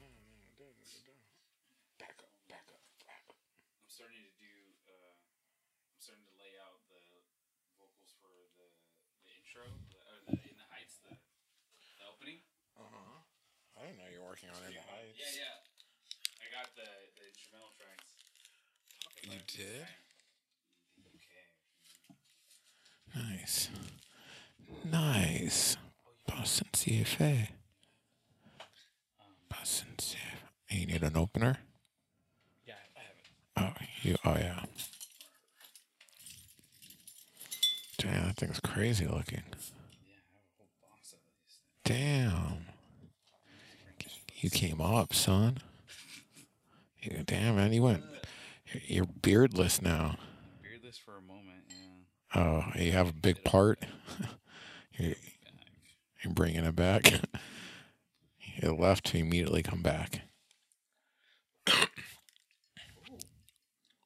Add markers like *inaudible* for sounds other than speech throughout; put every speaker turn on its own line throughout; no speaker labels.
uh,
Uh-huh. working on it.
Yeah,
It's-
yeah. I got the, the instrumental tracks.
You
Like,
did?
I- Okay.
Nice. Nice. Boston CFA.
Um,
Boston CFA. You need an opener?
Yeah, I have it.
Oh, you, oh yeah. Damn, that thing's crazy looking.
Yeah, I have a whole box of these things.
Damn. You came up, son. You, damn, man, you went.
uh,
You're beardless now.
Beardless for a moment, yeah.
Oh, you have a big part. *laughs* you're,
Back.
you're bringing it back. *coughs* it left to immediately come back.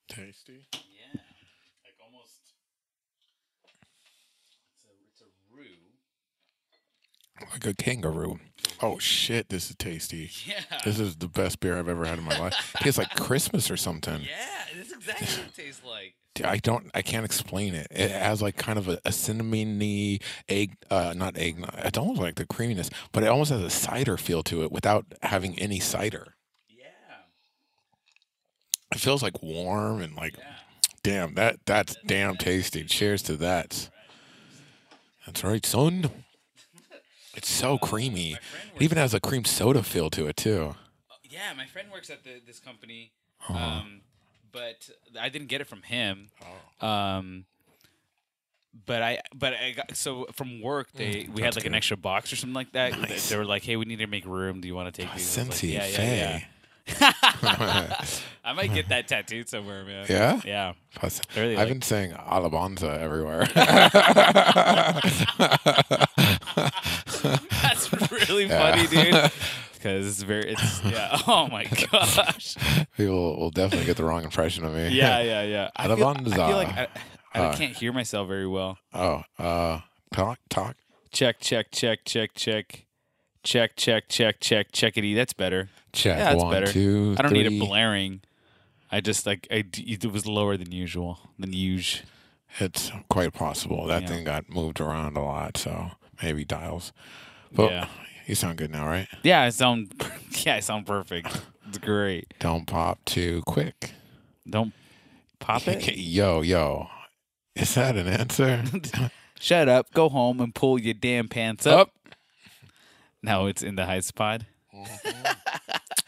Tasty.
Yeah. Like almost. It's a, it's a roux.
Like a kangaroo. Oh shit, this is tasty.
Yeah.
This is the best beer I've ever had in my life. Tastes like Christmas or something.
Yeah, that's exactly what it tastes like.
Dude, I don't. I can't explain it. It has like kind of a, a cinnamony egg, uh, not egg. It's almost like the creaminess, but it almost has a cider feel to it without having any cider.
Yeah.
It feels like warm and like,
Yeah.
damn, that that's damn tasty. Cheers to that. That's right, son. It's so creamy.
My friend
It
works, uh,
even has a cream soda feel to it too.
yeah, my friend works at the, this company,
Uh-huh.
um, but I didn't get it from him.
Oh.
Um, but I, but I got so from work they we had
Mm, that's
like an
good.
extra box or something like that. They-
Nice. Oh,
They, were like, "Hey, we need to make room. Do you want to take these?" I was like,
Scentsy, fey.
yeah. I might get that tattooed somewhere, man.
Yeah?
yeah. *laughs*
Plus,
I really
I've
like-
been saying
*laughs*
Alabanza everywhere. *laughs*
That's really funny,
Yeah. *laughs*
dude. Because it's very, it's yeah. Oh my gosh.
People will definitely get the wrong impression of me.
Yeah, yeah, yeah. I feel, I feel like I, I
Uh,
can't hear myself very well.
*laughs* Oh, uh, talk, talk.
Check, check, check, check, check, check, check, check, check, checkity. That's better.
Check.
Yeah, that's
one,
better.
two,
I don't need
three.
a blaring. I just like I d it was lower than usual than usual.
It's quite possible that
Yeah.
thing got moved around a lot, so maybe dials. But
Yeah.
you sound good now, right?
Yeah, I sound *laughs* yeah, I sound perfect. It's great.
Don't pop too quick.
Don't
*laughs*
pop it.
yo, yo, is that
*laughs*
an answer? *laughs*
Shut up. Go home and pull your damn pants up. No, it's in the Heist Pod.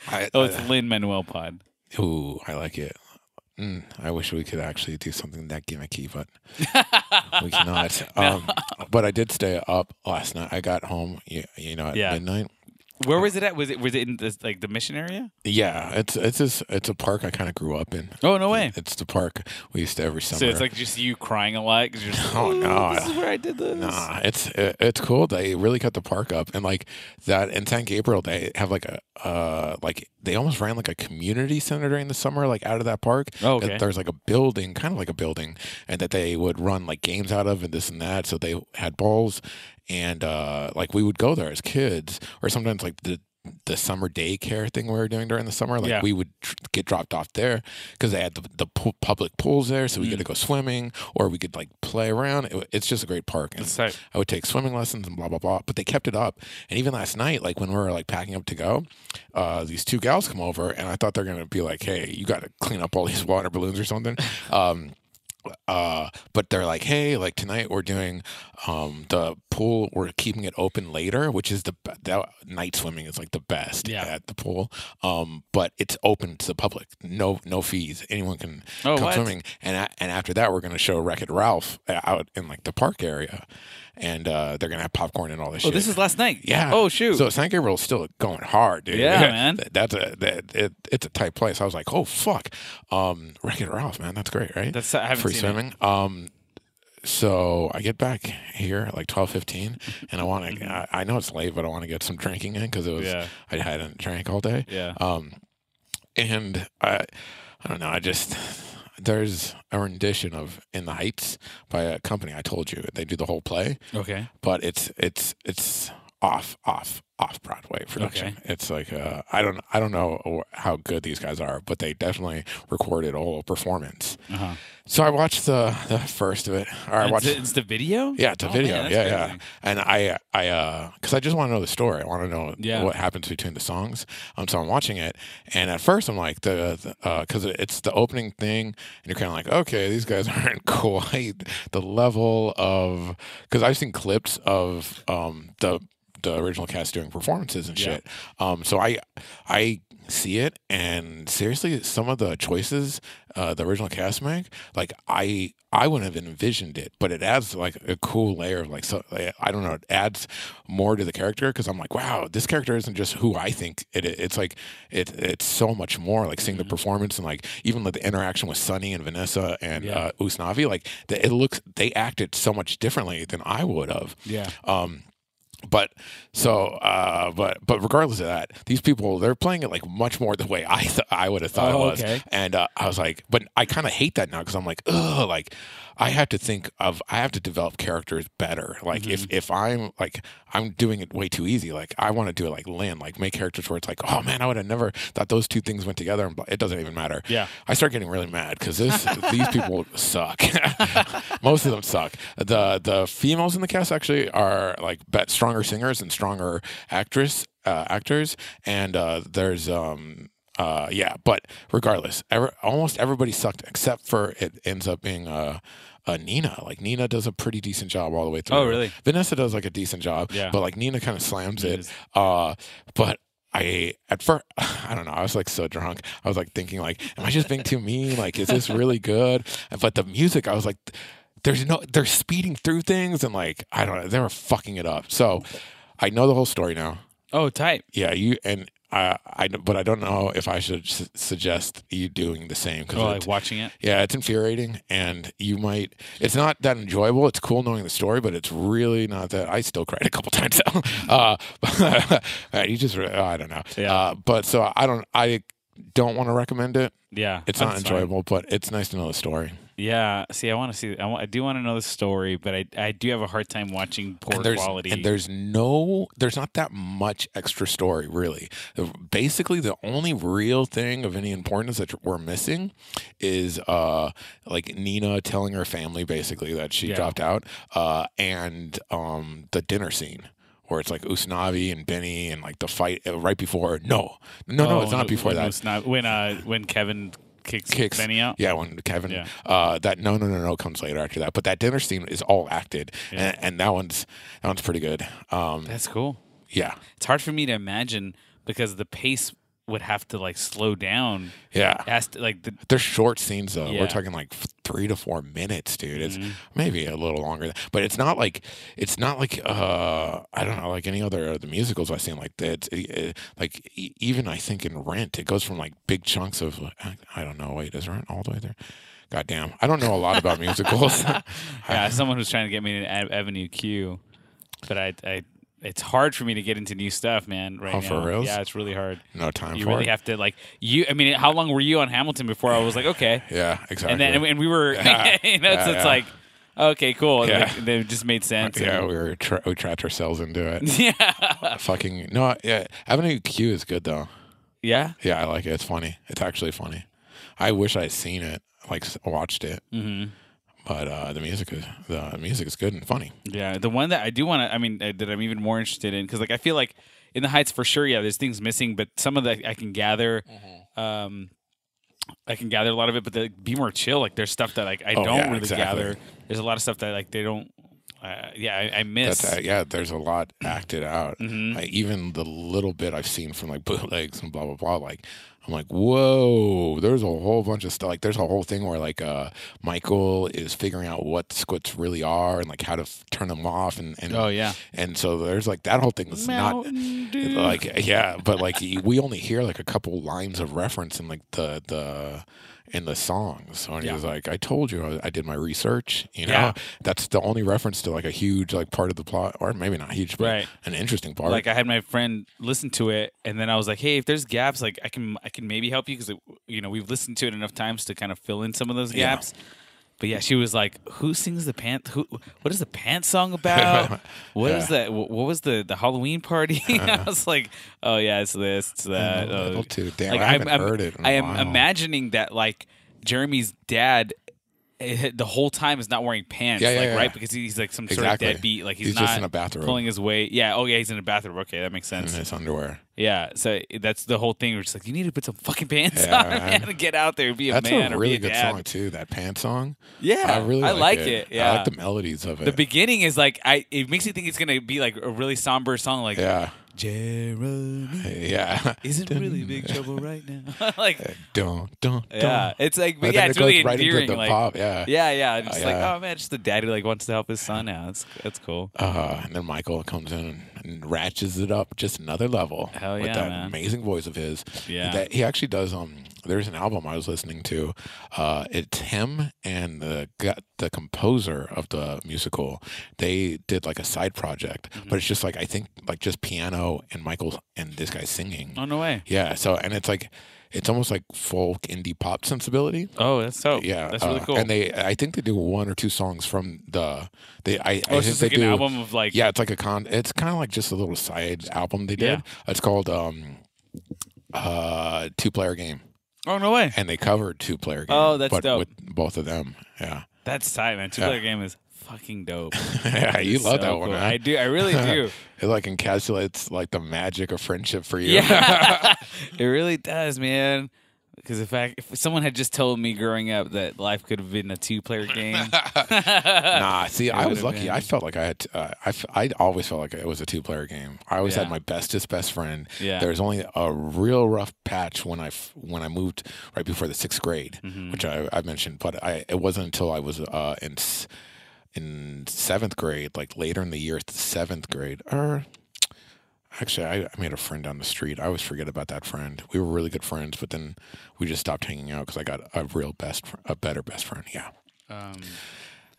I,
Oh, it's Lin Manuel Pod.
ooh, I like it. Mm, I wish we could actually do something that gimmicky,
*laughs*
but we cannot. Um, but I did stay up last night. I got home, you, you know, at
Yeah.
midnight.
Where was it at? Was it was it in this, like the mission area?
Yeah, it's it's this, it's a park I kind of grew up in.
Oh no way!
It's the park we used to every summer.
So it's like just you crying a lot because you're
*laughs*
just,
Oh,
"Ooh,
no.
this is where I did this.
Nah, it's it, it's cool. They really cut the park up, and like that in San Gabriel, they have like a uh like they almost ran like a community center during the summer, like out of that park.
Oh, okay.
And There's like a building, kind of like a building, and that they would run like games out of and this and that. So they had balls, and uh like we would go there as kids, or sometimes like the the summer daycare thing we were doing during the summer, like
Yeah.
we would tr- get dropped off there because they had the, the pool, public pools there, so we
Mm.
get to go swimming or we could like play around. It, wa- it's just a great park. And
It's like-
I would take swimming lessons and blah blah blah. But they kept it up. And even last night, like when we were like packing up to go, uh, these two gals come over, and I thought they're gonna be like, "Hey, you got to clean up all these *laughs* water balloons or something." Um, uh, but they're like, "Hey, like tonight we're doing um, the pool. We're keeping it open later, which is the be- that, night swimming is like the best
Yeah.
at the pool. Um, but it's open to the public. No, no fees. Anyone can
oh
come
what?
swimming. And a- and after that, we're gonna show Wreck It Ralph uh, out in like the park area, and uh, they're gonna have popcorn and all this
Oh,
shit.
this is last night.
yeah.
Oh shoot.
So San Gabriel's still going hard, dude.
Yeah, man.
Th- That's a that, it, it's a tight place. I was like, oh fuck, um, Wreck It Ralph, man, that's great, right?
That's I haven't
Free
seen it.
swimming. Um, so I get back here at like twelve fifteen, and
*laughs*
I want to. I, I know it's late, but I want to get some drinking in because it was
Mm-hmm. Yeah.
I hadn't drank all day.
Yeah.
Um, and I, I don't know. I just there's a rendition of "In the Heights" by a company I told you. They do the whole play,
Okay.
but it's it's it's off, off, off Broadway production. It's like uh, I don't I don't know how good these guys are, but they definitely recorded a whole performance.
Uh-huh.
So I watched the, the first of it. Or I
It's-
watched
it's the video.
yeah, it's a
Oh,
video.
man, that's
yeah, yeah.
crazy.
And I, I, uh, because I just want to know the story. I want to know
Yeah.
what happens between the songs. Um, so I'm watching it, and at first I'm like the, because it's the opening thing, and you're kind of like, okay, these guys *laughs* aren't quite the level of, because I've seen clips of um the the original cast doing performances and
Yeah.
shit. Um, so I, I see it, and seriously, some of the choices uh, the original cast make, like I I wouldn't have envisioned it, but it adds like a cool layer of like so I don't know, it adds more to the character because I'm like, wow, this character isn't just who I think it. i- It's like it it's so much more. Like seeing the
Mm-hmm.
performance and like even like the interaction with Sunny and Vanessa and
Yeah.
uh, Usnavi, like the, it looks they acted so much differently than I would have.
Yeah.
Um, but so, uh, but but regardless of that, these people they're playing it like much more the way I th- I would have thought
Oh,
it was,
okay.
and uh, I was like, but I kind of hate that now because I'm like, ugh, like I have to think of I have to develop characters better. Like if if I'm like I'm doing it way too easy. Like I want to do it like Lynn, like make characters where it's like, oh man, I would have never thought those two things went together. And blah- it doesn't even matter.
Yeah.
I start getting really mad because this these people suck. *laughs* Most of them suck. The the females in the cast actually are like bet stronger singers and stronger actress uh, actors. And uh, there's um uh yeah, but regardless, ever, almost everybody sucked except for it ends up being uh, uh Nina. Like Nina does a pretty decent job all the way through.
Oh, really?
Vanessa does like a decent job.
Yeah.
But like Nina kind of slams it.
Nina's-
Uh, but I at first *sighs* I don't know I was like so drunk I was like thinking like am I just being too mean like is this really good but the music I was like there's no they're speeding through things and like I don't know they were fucking it up so I know the whole story now
Oh, type.
yeah you and I I but I don't know if I should su- suggest you doing the same because
Oh, like watching it.
yeah, it's infuriating, and you might. It's not that enjoyable. It's cool knowing the story, but it's really not that. I still cried a couple *laughs* times. uh, *laughs* you just, I don't know.
Mm-hmm. Yeah.
Uh, but so I don't, I don't want to recommend it.
Yeah.
It's not
that's fine.
enjoyable, but it's nice to know the story.
Yeah. See, I want to see. I, want, I do want to know the story, but I, I do have a hard time watching poor
and there's,
quality.
And there's no, there's not that much extra story, really. Basically, the only real thing of any importance that we're missing is uh, like Nina telling her family basically that she
Yeah.
dropped out, uh, and um, the dinner scene. Where it's like Usnavi and Benny and like the fight uh, right before. No, no, no,
Oh,
it's not
when-
before
when
that.
it's not- when uh, when Kevin kicks,
Kicks.
Benny out.
Yeah, when Kevin.
Yeah.
Uh, that no, no, no, no comes later after that. But that dinner scene is all acted,
Yeah.
and, and that one's that one's pretty good. Um,
That's cool.
yeah,
It's hard for me to imagine because the pace would have to like slow down.
yeah.
It has to, like
*laughs*
the
They're short scenes though.
Yeah. Mm-hmm.
We're talking like f- three to four minutes, dude. It's maybe a little longer, than- but it's not like it's not like uh I don't know like any other of the musicals I've seen like that. It's- it- like e- even I think in Rent, it goes from like big chunks of I, I don't know. Wait, is Rent all the way there? God damn, I don't know a lot
*laughs*
about musicals. *laughs*
yeah, as uh, someone who's trying to get me to Ave- Avenue Q, but I, I it's hard for me to get into new stuff, man. Right
Oh,
now,
for reals?
yeah, it's really hard.
no time
You
for
really
it.
have to like you. I mean, how long were you on Hamilton before I was like,
*laughs*
okay,
yeah, exactly.
and then and we were, *laughs*
Yeah.
you know,
Yeah,
so it's
yeah.
like, okay, cool. And
Yeah.
like, they just made sense.
yeah, we were tra- we trapped ourselves into
*laughs*
it.
yeah,
Fucking no, yeah. Avenue Q is good though.
yeah.
Yeah, I like it. It's funny. It's actually funny. I wish I'd seen it, like s- watched it.
Mm-hmm.
But uh, the music is the music is good and funny.
Yeah, the one that I do want to, I mean, uh, that I'm even more interested in, because like I feel like in the Heights for sure, yeah, there's things missing, but some of the I can gather,
Mm-hmm.
um, I can gather a lot of it. But the be more chill, like there's stuff that like I
Oh,
don't
yeah,
really
exactly.
gather. There's a lot of stuff that like they don't, uh, yeah, I, I miss.
That's uh, yeah. There's a lot acted out.
Mhm.
I, even the little bit I've seen from like *laughs* bootlegs and blah blah blah. Like I'm like, whoa. There's a whole bunch of stuff. Like there's a whole thing where like uh, Michael is figuring out what squits really are and like how to f- turn them off and and
oh yeah,
and so there's like that whole thing is not
Mm.
uh, like yeah but like we only hear like a couple lines of reference in like the the in the songs so he
Yeah.
was like i told you I, I did my research you know
Yeah.
that's the only reference to like a huge like part of the plot or maybe not huge but
Right.
an interesting part
like I had my friend listen to it, and then I was like, "Hey, if there's gaps, like I can I can maybe help you because you know we've listened to it enough times to kind of fill in some of those
Yeah.
gaps." But yeah, she was like, "Who sings the pant? Who? What is the pants song
*laughs*
about? What is
Yeah. Uh-huh.
that? What, what was the the Halloween party?" *laughs* I was like, "Oh yeah, it's this, it's that."
a little
Oh.
too. Damn, I haven't heard it. In a
I am
while.
imagining that like Jeremy's dad. eh, The whole time is not wearing pants,
Yeah, yeah,
like
yeah.
right because he's like some sort
Exactly.
of deadbeat. Like he's,
He's
not
just in a bathrobe.
pulling his weight. Yeah. Oh yeah, he's in a bathrobe. Okay, that makes
in
sense.
his underwear.
Yeah, so that's the whole thing. We're just like, you need to put some fucking pants
Yeah,
on, *laughs* man,
man.
and get out there and be a
That's
man
a
or
really
be a
good
dad.
song too. That pants song.
Yeah,
I really.
I
like,
like it. Yeah,
I like the melodies of it.
the beginning is like I. It makes you think it's gonna be like a really somber song, like
yeah, *laughs*
Jeremy
yeah.
is in really big trouble right
*laughs*
now. *laughs* like,
Dun dun dun.
yeah, it's like, but
But
yeah,
then
it's
it goes
really
right
endearing.
into the
like,
pop. Yeah.
yeah, yeah, and just like,
yeah.
oh man, just the daddy like wants to help his son out. That's that's cool.
Uh, and then Michael comes in and ratchets it up just another level
Hell
with
yeah,
that
man.
amazing voice of his.
Yeah.
that he actually does. Um, there's an album I was listening to. Uh, it's him and the gu- the composer of the musical. They did like a side project,
Mm-hmm.
but it's just like I think like just piano and Michael and this guy singing.
Oh no way.
Yeah, so and it's like it's almost like folk indie pop sensibility.
Oh, that's so.
Yeah,
that's really
uh,
cool.
And they, I think they do one or two songs from the. They, I,
oh,
I
it's
think
just
they
like an
do.
album of like
Yeah, it's like a con. It's kind of like just a little side album they did. It's called um, uh, Two Player Game,
Oh no way.
and they covered Two Player Game.
Oh, that's
but
dope.
With both of them, yeah, *laughs*
That's tight, man. Two
Yeah.
player game is fucking dope.
yeah, *laughs* you
It's
love
so
that one.
cool.
huh?
I do. I really do.
It like encapsulates like the magic of friendship for *laughs* you.
Yeah, *laughs* it really does, man. Because if I, if someone had just told me growing up that life could have been a two-player
*laughs*
game, *laughs*
Nah, see, I was
would've
lucky.
been-
I felt like I had. Uh, I f- I always felt like it was a two player game. I always
Yeah.
had my bestest best friend.
Yeah.
There was only a real rough patch when I f- when I moved right before the sixth grade,
Mm-hmm.
which I, I mentioned. But I it wasn't until I was uh, in s- in seventh grade, like later in the year, seventh grade, or Actually, I, I made a friend down the street. I always forget about that friend. We were really good friends, but then we just stopped hanging out because I got a real best, fr- a better best friend. Yeah.
um,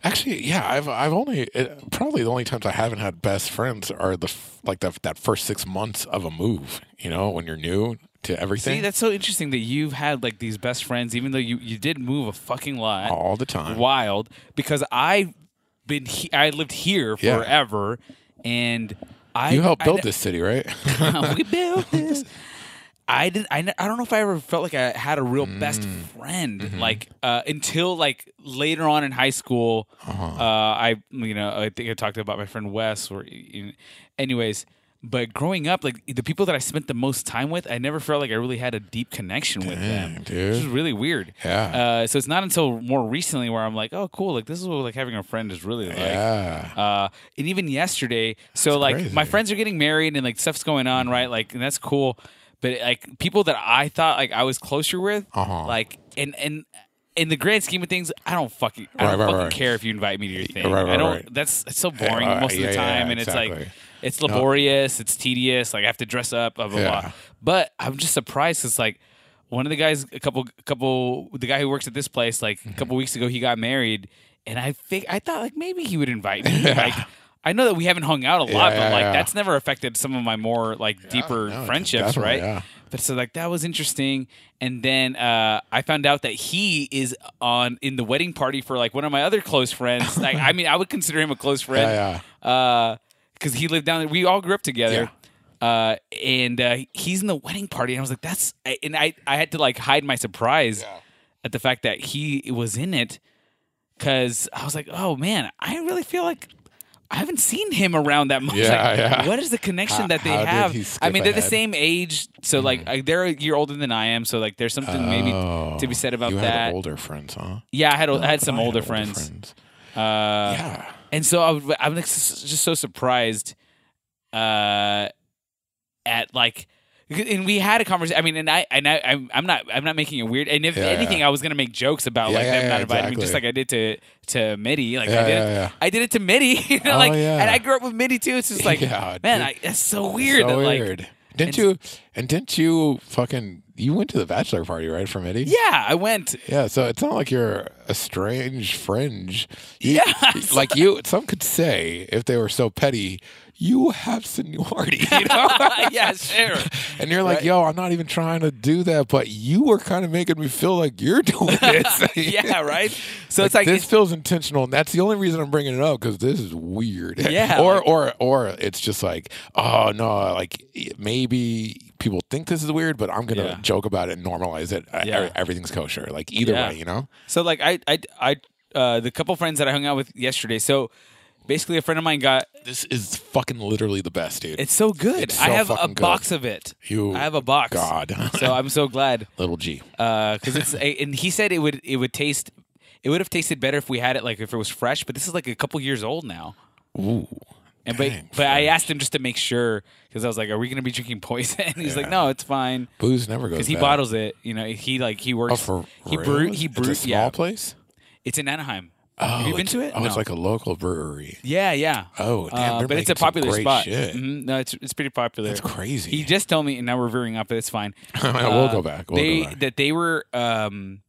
Actually, yeah, I've I've only it, probably the only times I haven't had best friends are the f- like the, that first six months of a move. You know, when you're new to everything,
see, that's so interesting that you've had like these best friends, even though you you did move a fucking lot,
all the time.
wild. Because I've been, he- I lived here
Yeah.
forever, and I
you helped
I-
build this
*laughs*
city, right? *laughs*
we built this. I didn't. I, ne- I don't know if I ever felt like I had a real best
Mm.
friend,
Mm-hmm.
like uh, until like later on in high school.
Uh-huh.
uh I you know I think I talked about my friend Wes. Or you- anyways, but growing up, like the people that I spent the most time with, I never felt like I really had a deep connection with them.
Dang,
Which is
dude.
really weird.
Yeah.
Uh, so it's not until more recently where I'm like, oh, cool. Like this is what like having a friend is really like.
yeah.
Uh, and even yesterday, so like
crazy.
my friends are getting married and like stuff's going on, right? Like, and that's cool. But like people that I thought like I was closer with,
Uh-huh.
like, and and in the grand scheme of things, I don't fucking I
Right,
don't
right,
fucking
right.
care if you invite me to your thing.
right,
I
right,
don't.
right.
That's it's so boring
Yeah,
most of
yeah,
the
yeah,
time, and it's like
exactly.
it's laborious, it's tedious. Like I have to dress up, blah blah
Yeah.
blah. But I'm just surprised. It's like one of the guys, a couple, couple, the guy who works at this place, like a couple weeks ago, he got married, and I think I thought like maybe he would invite
*laughs*
me. Like I know that we haven't hung out a lot,
yeah,
but like
yeah.
that's never affected some of my more like deeper
no,
friendships,
definitely,
right?
yeah.
But so like that was interesting, and then uh, I found out that he is on in the wedding party for like one of my other close friends. like I mean, I would consider him a close friend
*laughs* Yeah,
because Uh, he lived down there. We all grew up together. Uh, and uh, he's in the wedding party, and I was like, "That's," I- and I, I had to like hide my surprise at the fact that he was in it, because I was like, "Oh man, I really feel like I haven't seen him around that much."
Yeah,
Like,
yeah.
What is the connection
How-
that they
how did
have?
he
I
skip
mean, they're the
ahead?
same
Mm-hmm.
age, so like I- they're a year older than I am, so like there's something maybe
Oh,
to be said about
you
that.
had older friends, huh?
yeah, I had I had some
Oh, I had
older, friends. Uh,
yeah.
and so I would, I'm like, s- just so surprised uh, at like, and we had a conversation. I mean, and I and I I'm, I'm not I'm not making it weird. And if
Yeah,
anything, I was gonna make jokes about
Yeah,
like
yeah,
them
yeah,
not inviting me, just like
exactly.
I did to to Mitty. Like I
Yeah,
did
yeah, yeah.
I did it to Mitty. *laughs* you know,
Oh,
like,
yeah.
and I grew up with Mitty too. It's just like,
*laughs* Yeah,
man,
dude.
I, that's so weird.
So
that, like,
weird. Didn't you? And didn't you fucking? You went to the bachelor party, right, from Eddie?
yeah, I went. *laughs*
Yeah, so it's not like you're
*laughs*
a strange fringe. You-
Yes.
Like you, some could say, if they were so petty, you have seniority,
*laughs*
you know?
yeah,
*laughs*
sure.
and you're like,
Right.
yo, I'm not even trying to do that, but you were kind of making me feel like you're *laughs* doing this.
*laughs*
*laughs*
yeah, right. So it's
like,
like
this feels intentional, and that's the only reason I'm bringing it up because this is weird. *laughs*
Yeah,
or
like-
or or it's just like, oh no, like maybe people think this is weird, but I'm gonna
Yeah.
joke about it, and normalize it. I-
Yeah.
everything's kosher. Like either
Yeah.
way, you know.
So like I I I uh, the couple friends that I hung out with yesterday. So basically, a friend of mine got
This is fucking literally the best, dude.
it's so good.
It's
I
so
have a
fucking good.
box of it.
you,
I have a box.
God,
*laughs* So Uh, I'm so glad
*laughs* little G.
because it's and he said it would it would taste it would have tasted better if we had it like if it was fresh. But this is like a couple years old now.
Ooh,
And but
Dang,
but I asked him just to make sure because I was like, are we gonna be drinking poison? *laughs* And he's like, no, it's fine.
booze never goes.
Because he
bad.
bottles it, you know. He like he works.
Oh, for
he
real?
brew. He
It's
brews.
a small
yeah,
place.
it's in Anaheim.
Oh,
Have you been
it's-
to it?
Oh, it's
No.
like a local brewery.
Yeah, yeah.
Oh, damn, they're
Uh, but it's
making
a
some
popular
great
spot.
shit.
Mhm. No, it's it's pretty popular.
That's crazy.
He just told me, and now we're veering off, but it's fine.
*laughs* we'll
Uh,
go back. We'll
they
go back.
that they were um,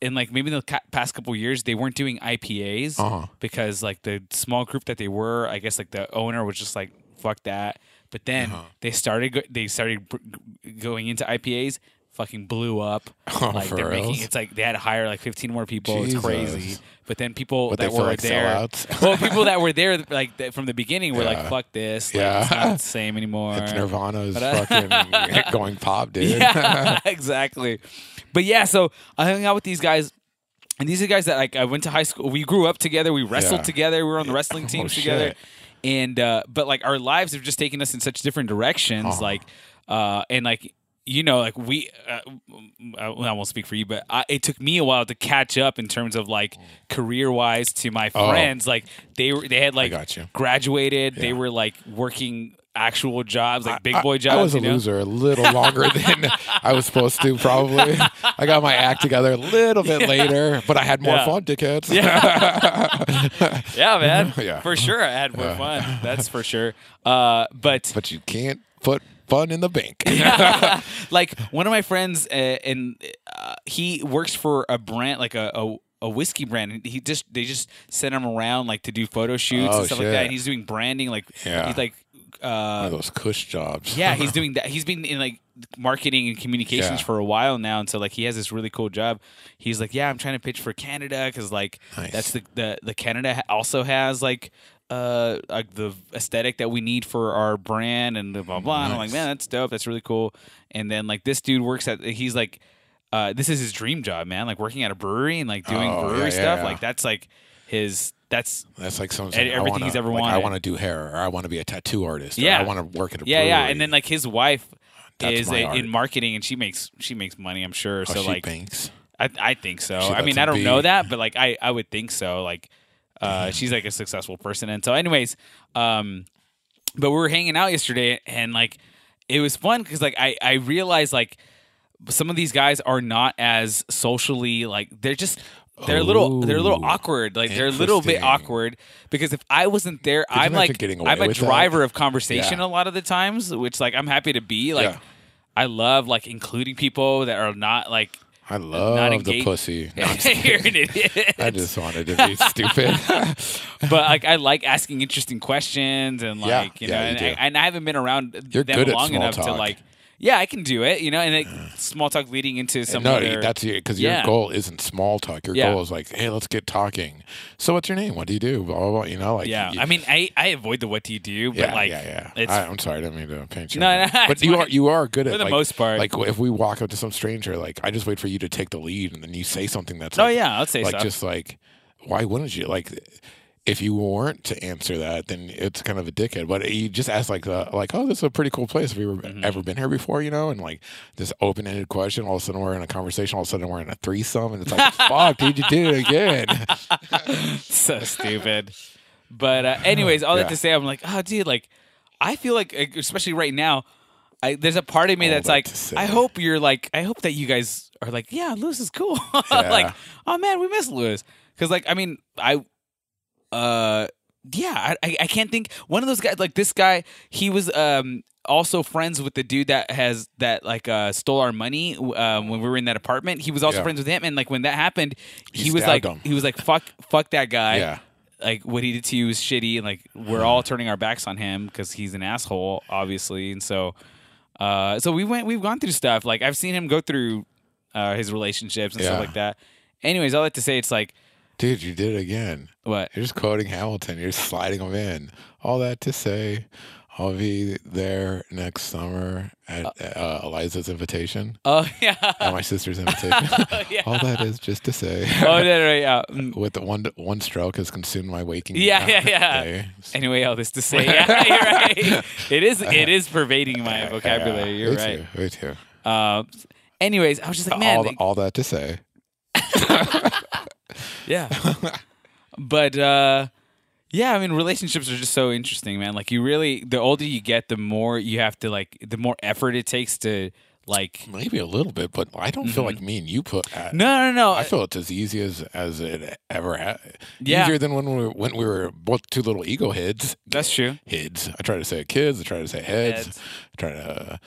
in like maybe the ca- past couple years they weren't doing IPAs *laughs*
Uh-huh.
because like the small group that they were, I guess like the owner was just like fuck that. But then
Uh-huh.
they started go- they started br- g- going into IPAs. Fucking blew up.
*laughs* Oh,
like
for
they're making
reals?
it's like they had to hire like 15 more people. It's
Jesus.
crazy. But then people
But they
that
feel
were
like
there,
*laughs* sellouts.
well, people that were there like that from the beginning were like,
Yeah.
"Fuck this, like,
Yeah.
it's not the same anymore."
*laughs* It's Nirvana's
But, uh, *laughs*
fucking *laughs* going pop, dude. *laughs*
yeah, *laughs* exactly. But yeah, so I hung out with these guys, and these are guys that like I went to high school. We grew up together. We wrestled
Yeah. Oh,
together. We were on the
*laughs*
wrestling teams
shit.
together, and uh, but like our lives have just taken us in such different directions.
Uh-huh.
Like, uh, and like. You know, like we, uh, I I won't speak for you, but I, it took me a while to catch up in terms of like career wise to my
Oh.
friends. Like they were, they had like
got you.
graduated. They
Yeah.
were like working actual jobs, like big
I-
boy jobs.
I was a
you know?
loser a little
*laughs*
longer than I was supposed to, probably. I got my act together a little bit later, but I had more
Yeah.
fun, dickheads.
Yeah. *laughs* Yeah, man.
*laughs* Yeah.
For sure. I had more fun. That's for sure. Uh, but
but you can't put fun in the bank.
*laughs* like one of my friends, uh, and uh, he works for a brand, like a, a, a whiskey brand. And He just they just sent him around like to do photo shoots
Oh,
and stuff like that.
shit.
And he's doing branding, like
Yeah.
he's like,
One
uh,
of those cush
*laughs*
jobs.
yeah, he's doing that. He's been in like marketing and communications
Yeah.
for a while now, and so like he has this really cool job. He's like, yeah, I'm trying to pitch for Canada because like
Nice.
that's the, the the Canada ha- also has like uh like the aesthetic that we need for our brand and the blah blah. And I'm like,
Nice.
man, that's dope. That's really cool. And then like this dude works at he's like. Uh, this is his dream job, man. Like working at a brewery and like doing
Oh, yeah,
brewery
yeah,
stuff.
yeah.
like that's like his. That's
*laughs* That's like something
everything he's ever
like, I
wanted.
want to do hair, or I want to be a tattoo artist,
Yeah.
or I want to work at a
yeah, yeah.
brewery.
And then like his wife
That's
is
my
a,
art.
in marketing, and she makes she makes money. I'm sure.
oh,
so
she
like,
banks.
I, I think so.
She
I
lets
mean, I
him
don't
be.
know that, but like, I, I would think so. Like, uh, she's like a successful person. And so, anyways, um, but we were hanging out yesterday and like, it was fun because like, I, I realized like some of these guys are not as socially, like, they're just, they're a little, they're a little
Oh,
awkward. Like they're a little bit
interesting.
awkward because if I wasn't there, I'm
imagine
like,
getting away
I'm a
with that?
driver of conversation a
Yeah.
lot of the times, which like I'm happy to be. Like,
Yeah.
I love like including people that are not like
I love the
engaged- *laughs*
pussy. *laughs* No, I'm just
You're
kidding.
an idiot.
I just wanted to be stupid.
*laughs* but like I like asking interesting questions and
Yeah.
like you
Yeah,
know,
you
and,
do.
I, and I haven't been around
You're
them
good at
long
small
enough to
talk.
like, yeah, I can do it, you know, and like, small talk leading into some
*laughs* no,
other.
that's because your
Yeah.
goal isn't small talk. Your
Yeah.
goal is like, hey, let's get talking. So, what's your name? What do you do? Blah blah. blah. You know, like
yeah,
you-
I mean, I, I avoid the what do you do, but
yeah,
like,
yeah, yeah.
it's
I, am sorry, I didn't mean to paint you.
No,
on.
no, *laughs*
but
it's
you
fine.
are you are good at
For the
like,
most part.
Like if we walk up to some stranger, like I just wait for you to take the lead, and then you say something that's
oh
like,
yeah, I'll say
like
stuff.
just like why wouldn't you like if you weren't to answer that then it's kind of a dickhead but you just ask like the, like oh this is a pretty cool place have you ever,
Mm-hmm.
ever been here before you know and like this open-ended question all of a sudden we're in a conversation all of a sudden we're in a threesome and
*laughs*
it's like fuck dude you did it again
*laughs* so stupid. But uh, anyways, all that
*laughs* Yeah.
to say, I'm like, oh, dude, like, I feel like, like, especially right now, I, there's a part of me
All
that's
that
like,
to say.
I hope you're like, I hope that you guys are like, yeah, Lewis is cool. *laughs*
Yeah.
like, oh man, we miss Lewis because, like, I mean, I, uh, yeah, I- I, I can't think one of those guys like this guy. He was um also friends with the dude that has that like uh stole our money um when we were in that apartment. He was also
Yeah.
friends with him, and like when that happened,
He
he was like
stabbed him.
he was like fuck fuck that guy
yeah
like what he did to you was shitty, and like we're all turning our backs on him because he's an asshole, obviously. And so, uh, so we went, we've gone through stuff. Like I've seen him go through uh, his relationships and
Yeah.
stuff like that. Anyways, all that to say, it's like
Dude, you did it again.
what *laughs*
You're just quoting Hamilton. You're just sliding them in. All that to say, I'll be there next summer at uh, Eliza's
*laughs*
invitation,
Oh yeah.
at my sister's invitation.
*laughs* yeah.
All that is just to say.
Oh, yeah, right, yeah. Mm.
*laughs* With the one one stroke has consumed my waking
Yeah, yeah,
*laughs*
yeah.
day.
Anyway, all this to say, *laughs* yeah, you're right. It is, it is pervading my vocabulary.
*laughs* Yeah,
You're
me
right.
Too, me too.
Uh, anyways, I was just like, man,
all,
like-
all that to say. *laughs*
yeah. but uh, yeah, I mean, relationships are just so interesting, man. Like, you really, the older you get, the more you have to like, the more effort it takes to like.
Maybe a little bit, but I don't feel like me and you put. At,
Mm-hmm. No, no, no.
I feel it's as easy as, as it ever had.
Yeah.
Easier than when we were, when we were both two little ego heads.
That's true.
Heads. I try to say kids. I try to say heads.
Heads.
I try to.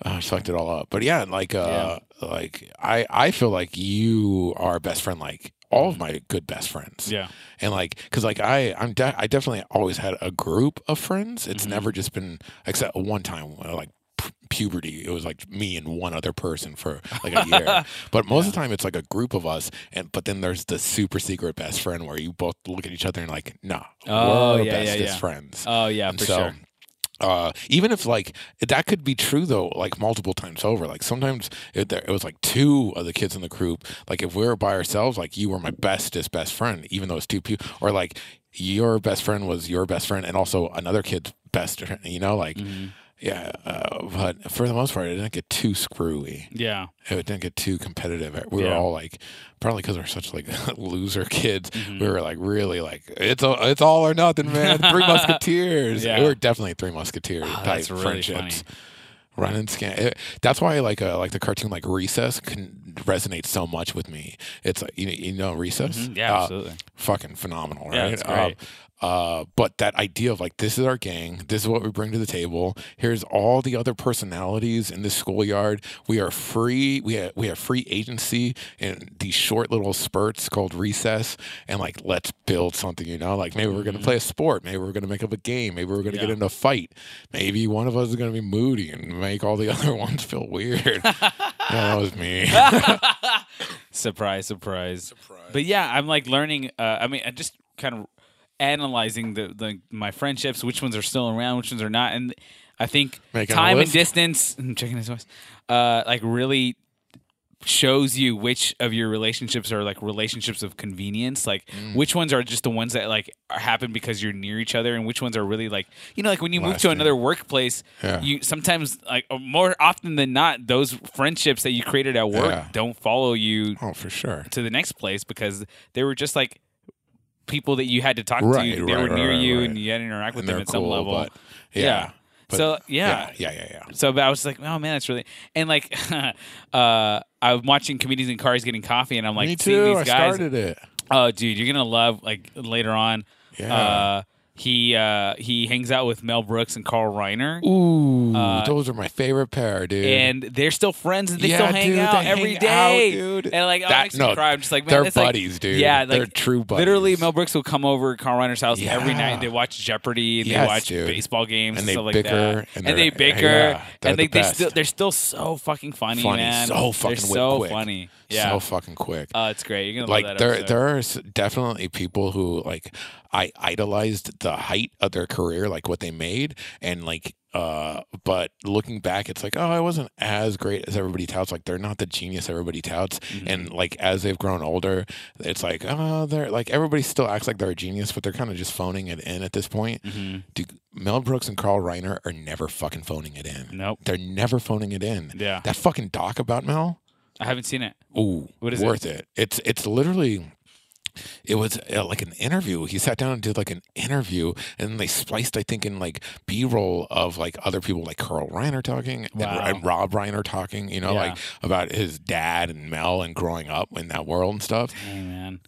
I just fucked it all up. But yeah, like, uh, like I, I feel like you are best friend, like all of my good best friends.
Mm. Yeah.
and like because like i i'm de- i definitely always had a group of friends it's
Mhm.
never just been except one time when, like pu- puberty it was like me and one other person for like a
*laughs*
year but most of the time it's like a group of us and but then there's the super secret best friend where you both look at each other and like nah
Oh,
we're
yeah, yeah,
bestest
yeah.
friends
Oh, yeah,
And
for
so,
sure.
Uh, even if like that could be true though, like multiple times over. Like sometimes it, there, it was like two of the kids in the group. Like if we were by ourselves, like you were my bestest best friend, even though it's two people, or like your best friend was your best friend and also another kid's best friend. You know,
Mm.
like
Mm-hmm.
yeah. Uh, but for the most part, it didn't get too screwy.
Yeah.
It didn't get too competitive. We were
Yeah.
all like, probably because we're such like *laughs* loser kids.
Mhm.
We were like really like it's a, it's all or nothing,
*laughs*
man. Three Musketeers.
Yeah.
We were definitely Three Musketeers
Oh,
type
that's really
friendships. Run and scan. It, that's why like uh, like the cartoon like Recess can resonate so much with me. It's like you, you know Recess.
Mhm. Yeah,
Uh,
absolutely.
fucking phenomenal, right?
Yeah, it's
Um,
great.
uh, but that idea of like this is our gang, this is what we bring to the table. Here's all the other personalities in this schoolyard. We are free. We have, we have free agency in these short little spurts called recess, and like let's build something. You know, like maybe we're gonna play a sport, maybe we're gonna make up a game, maybe we're gonna get
Mm-hmm. Yeah.
into a fight, maybe one of us is gonna be moody and make all the *laughs* other ones feel
*laughs*
weird. yeah, that was me.
surprise, surprise. But yeah, I'm like learning. Uh, I mean, I just kind of analyzing the, the my friendships, which ones are still around, which ones are not, and I think
Making a
time and
list?
distance. *laughs* I'm checking this voice. Uh, like really shows you which of your relationships are like relationships of convenience like
Mm.
which ones are just the ones that like are- happen because you're near each other and which ones are really like you know like when you move to
Lasting.
another workplace
Yeah.
you sometimes like more often than not those friendships that you created at work
Yeah.
don't follow you
oh, for sure.
to the next place because they were just like people that you had to talk
Right,
to. They
right,
were
right,
near
right,
you
right.
and you had to interact with
And
them
they're
at some
cool,
level.
but- yeah. But-
so yeah.
yeah, yeah, yeah.
So but I was like, oh man, that's really and like *laughs* uh I'm watching comedians in cars getting coffee and I'm like
Me
seeing
too.
these
I
guys.
started it.
Oh dude, you're gonna love like later on.
Yeah.
Uh he uh he hangs out with Mel Brooks and Carl Reiner.
Ooh,
Uh,
those are my favorite pair, dude.
And they're still friends, and they
Yeah,
still hang
dude,
out
they
every
hang
day.
out, dude.
And like, oh,
That-
it makes me
no,
cry. I'm just like, man,
they're
that's like-
buddies, dude.
Yeah, like,
They're true buddies.
Literally, Mel Brooks will come over to Carl Reiner's house every
Yeah.
night. And they watch Jeopardy and
Yes,
they watch
dude.
baseball games
And
and,
they
stuff like
bicker,
that.
and
And,
they're-
they bicker,
yeah, they're
and they,
the
they
best.
still they're still so fucking funny,
funny,
man.
so fucking
they're
whip
so
quick.
funny. Yeah.
so fucking quick.
oh, it's great. You're gonna
like
love that.
there,
episode.
there are s- definitely people who like I idolized the height of their career, like what they made, and like, uh, but looking back, it's like, oh, I wasn't as great as everybody touts. Like they're not the genius everybody touts, and like as they've grown older, it's like, oh, they're like everybody still acts like they're a genius, but they're kind of just phoning it in at this point.
Mhm.
Dude, Mel Brooks and Carl Reiner are never fucking phoning it in.
Nope.
They're never phoning it in.
Yeah,
That fucking doc about Mel.
I haven't seen it.
Ooh,
What is it?
worth it? It's it's literally. It was uh, like an interview. He sat down and did like an interview, and they spliced, I think, in like B roll of like other people, like Carl Reiner talking and-
Wow.
and, Rob Reiner talking, you know,
Yeah.
like about his dad and Mel and growing up in that world and stuff. *sighs*
Hey, man,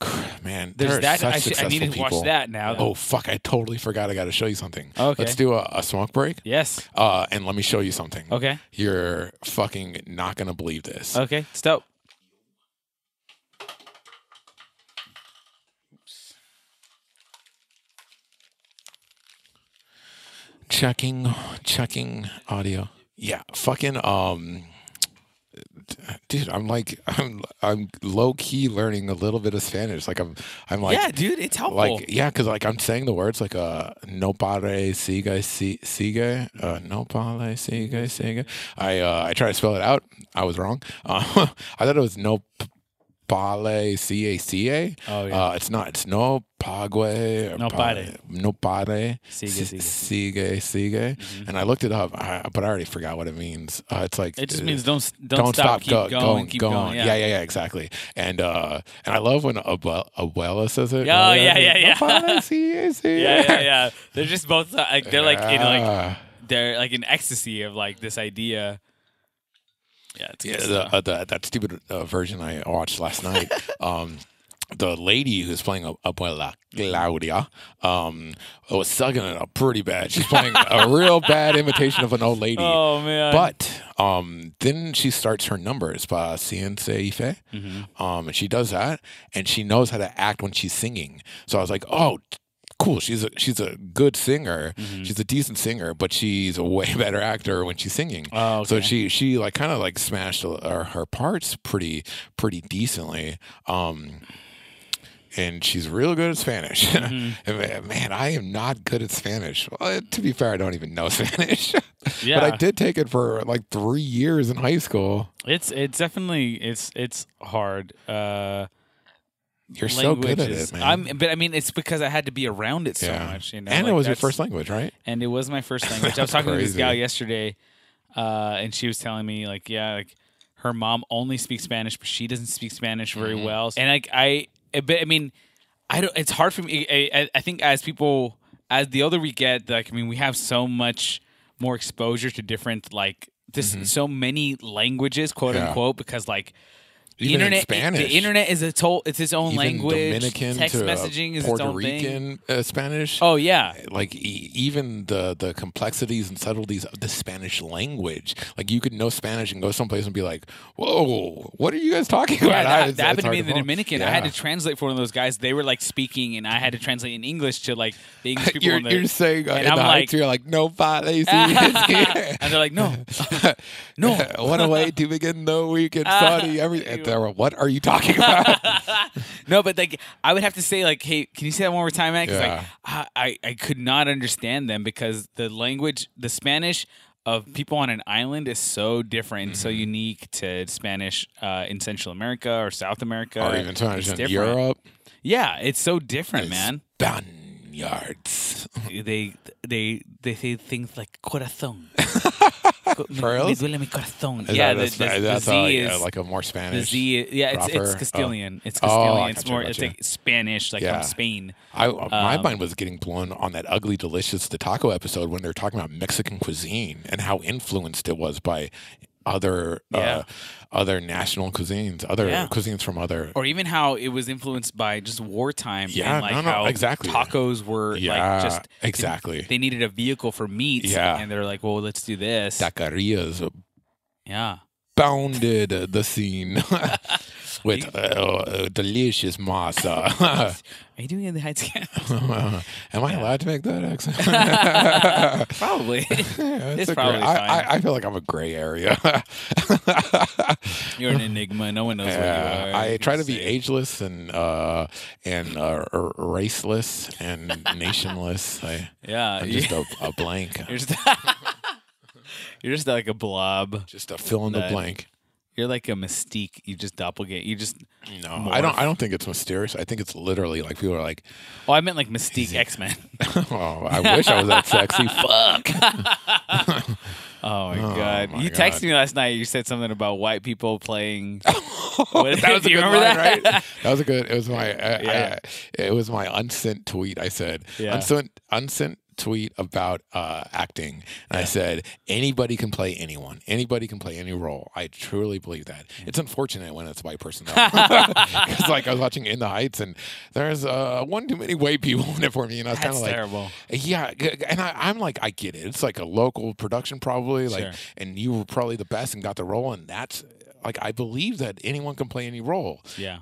Man, there
there's
are
that.
Such
I, should, I
successful
need to
people.
watch that now.
Oh fuck! I totally forgot. I got to show you something.
Okay.
Let's do a, a smoke break,
yes.
uh, and let me show you something.
Okay.
You're fucking not gonna believe this.
Okay. Stop.
checking checking audio yeah fucking um dude i'm like i'm i'm low key learning a little bit of spanish like i'm i'm like
yeah, dude, it's helpful.
like yeah because like i'm saying the words like uh no pare sigue si- sigue uh no pare sigue sigue i uh i tried to spell it out i was wrong *laughs* uh, i thought it was no p- pale c a c a
oh yeah,
uh, it's not. It's no pague. or
No
pa-
pare.
No pare.
Sigue,
si-
sigue.
Sigue, sigue.
Mhm.
And I looked it up, I, but I already forgot what it means. Uh, it's like
it just
uh,
means don't s- don't, stop, keep
go-
going, keep
go
going.
on. yeah, yeah, exactly. And uh, and I love when Abuela, Abuela says it.
Yeah,
Uh,
yeah, yeah, yeah. *laughs*
No pare, sigue, sigue.
yeah, yeah, yeah. They're just both uh, like they're like in like
Yeah.
they're like in ecstasy of like this idea. Yeah, it's
Yeah,
good
the,
stuff.
uh, the, that stupid uh, version I watched last
*laughs*
night. um, the lady who's playing Ab- Abuela Claudia um, was sucking it up pretty bad. She's playing a real bad imitation of an old lady.
*laughs* oh man,
But um, then she starts her numbers by Ciense Ife.
Mhm.
Um, and she does that, and she knows how to act when she's singing. So I was like, oh, t- cool. She's a, she's a good singer. *laughs*
Mhm.
She's a decent singer, but she's a way *laughs* better actor when she's singing.
oh,
So
okay.
she she like kind of like smashed her, her parts pretty pretty decently. Um and she's real good at Spanish. *laughs*
Mhm.
And man- Man, I am not good at Spanish. Well, to be fair, I don't even know *laughs* Spanish.
yeah,
But I did take it for like 3 years in high school.
it's it's definitely it's it's hard. Uh,
You're so good at
languages.
it, man.
I'm, but I mean, it's because I had to be around it so
Yeah.
much. You know,
and
like,
it was your
that's-
first language, right?
and it was my
*laughs*
first language. I was
That's
talking to this
crazy.
gal yesterday, uh, and she was telling me like, yeah, like her mom only speaks Spanish, but she doesn't speak Spanish very
Mhm.
well. And like I, but I mean, I don't. It's hard for me. I, I, I think as people, as the older we get, like I mean, we have so much more exposure to different like this, so many languages, quote
Mm-hmm. Yeah.
unquote, because like. the
Even in
internet,
Spanish.
the internet is a toll. It's its own
Even
language.
Dominican
Text
to uh,
messaging is
Puerto
its own thing.
Rican uh, Spanish.
Oh yeah,
like e- even the the complexities and subtleties of the Spanish language. Like you could know Spanish and go someplace and be like, "Whoa, what are you guys talking
Yeah,
about?" I-
that,
it's-
that happened
it's
to me
hard
in the
follow.
Dominican. I had to
Yeah.
translate for one of those guys. They were like speaking, and I had to translate in English to like the
*laughs*
English people.
You're,
on *laughs* there.
you're saying uh,
and
in
I'm
the
like-
heights, you're like,
*laughs*
"No vale,
and
sí."
they're like, no, no.
*laughs* what a way to begin the week in
Ah, *laughs*
Saudi. Every and they were, what are you talking about?
no, but like I would have to say like, hey, can you say that one more time, man? 'Cause,
Yeah.
like I, I I could not understand them because the language, the Spanish of people on an island is so different, so
Mm-hmm.
unique to Spanish uh, in Central America or South America,
or even trying
It's
to
different.
Europe,
Yeah, it's so different, man.
Spaniards.
they they they say things like
*laughs*
corazón. Co- me-
For real?
Me duele mi corazón.
Is
yeah,
that-
the, the,
that's
the
how,
Z
like, uh,
is
like a more
the
Spanish.
Z. Is, yeah, it's,
proper,
it's
oh.
Castilian. It's
Oh, I
Castilian. it's
gotcha,
more. It's
gotcha.
like Spanish, like
Yeah.
from Spain.
I uh, my
Um,
mind was getting blown on that ugly delicious the taco episode when they were talking about Mexican cuisine and how influenced it was by other
Yeah.
uh, other national cuisines, other
Yeah.
cuisines from other.
Or even how it was influenced by just wartime
Yeah,
and like
no, no,
how
exactly.
tacos were
yeah,
like just
exactly.
they needed a vehicle for meat.
Yeah.
And they're like, well, let's do this.
Taquerias
yeah.
bounded the
*laughs*
scene with uh, uh, delicious masa. *laughs*
Are you doing it in the Heights? again?
Am I allowed to make that accent?
*laughs*
*laughs*
Probably. *laughs*
Yeah,
It's
a
probably
gray, I-
fine.
I, I feel like I'm a gray area. *laughs*
You're an enigma. No one knows what you
Yeah,
are.
I
You
try
can
to be
say-
ageless and uh, and uh, r- raceless and
*laughs*
nationless. I,
Uh, Yeah.
I'm
you-
just a, a blank,
*laughs* You're just, you're just like a blob.
just a fill in the
That-
blank.
You're like a mystique. You just doppelganger. You just.
No, I
Morph.
don't. I don't think it's mysterious. I think it's literally like people are like, *laughs*
Oh, I meant like mystique X Men.
"Oh, I wish I was
*laughs*
that sexy." Fuck.
Oh my
Oh,
god!
my
you
God.
texted me last night. You said something about white people
*laughs*
playing.
that was a
you
good
remember
line,
that? *laughs*
right? That was a good. It was my. Uh,
Yeah.
I, it was my unsent tweet. I said
Yeah.
unsent unsent tweet about uh, acting, and I said anybody can play anyone. Anybody can play any role. I truly believe that.
Mm.
It's unfortunate when it's a
*laughs*
white *laughs* person though, because like I was watching In the Heights, and there's uh, one too many white people *laughs* in it for me, and I was kind
That's
of like,
terrible.
yeah, g- g- and I, I'm like, I get it. It's like a local production, probably. Like,
Sure.
and you were probably the best and got the role, and that's like I believe that anyone can play any role.
Yeah.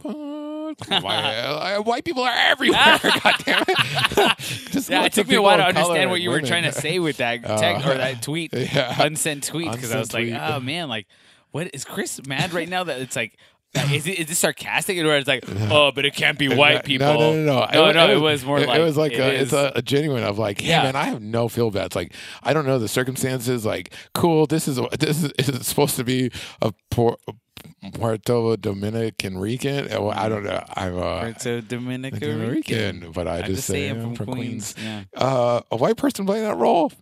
But Why- uh, *laughs* white people are
*laughs*
everywhere. God damn it! *laughs* Just
Yeah, it
lots
took
of
me a
people
while to
of color
understand
and
what you were
women.
trying to say with that tech or that tweet,
*laughs* Yeah.
unsent tweet, because I was
Unsent
like,
tweet.
oh man, like, what is Chris mad right now? That it's like. Is, it, is this sarcastic? Or it's
*laughs*
like, oh, but it can't be *laughs* white people.
No, no, no,
no,
no.
no, it, was more
it,
like
it was like a,
is-
it's a, a genuine of like, hey
Yeah.
man, I have no feel bad. It's like I don't know the circumstances. Like, cool, this is this is, *laughs* is it supposed to be a poor. Puerto Dominican Rican. Oh,
Mm.
I don't know. I'm uh,
It's a Dominican.
Dominican, but I,
I just say I'm
I'm
from, Queens. Yeah.
Uh, a white person playing that role.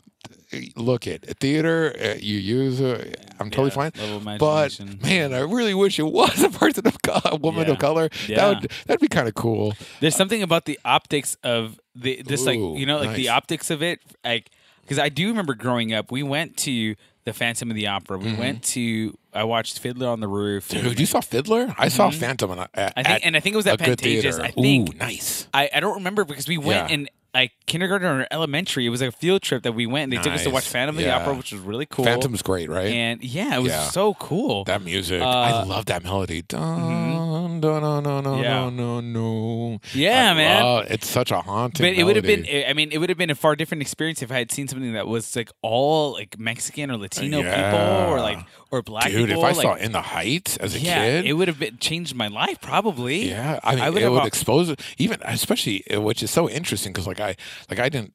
Look at theater. uh, You use. Uh, I'm totally
Yeah,
fine.
level of
But
imagination.
man, I really wish it was a person of color, a woman of
Yeah.
color.
Yeah.
That would that'd be kind of cool.
There's something about the optics of the this like
Ooh,
you know like the
nice.
optics of it like because I do remember growing up we went to the Phantom of the Opera we went to I watched Fiddler on the Roof
Mm-hmm. Dude, you saw Fiddler? I saw Phantom. And I,
Mm-hmm. I think and I think it was at Pantages I think
Ooh, nice.
I, I don't remember because we went
Yeah.
in like kindergarten or elementary it was like a field trip that we went and they took us to
Nice.
watch Phantom of the
Yeah.
Opera which was really cool
Phantom's great, right?
and yeah it was
Yeah.
so cool
that music, I love that melody. Dun, dun, dun, dun, dun,
mm-hmm. Yeah.
dun, dun, dun.
Yeah,
I
man.
love- it's such a haunting.
But it would have
melody.
been, I mean, it would have been a far different experience if I had seen something that was like all like Mexican or Latino people or
Yeah.
like, or black
Dude,
people.
if I
like,
saw In the Heights as a
yeah,
kid,
it would have been changed my life probably.
yeah, I mean,
I would
it
have
would
al-
expose it, even especially uh, which is so interesting because like I like I didn't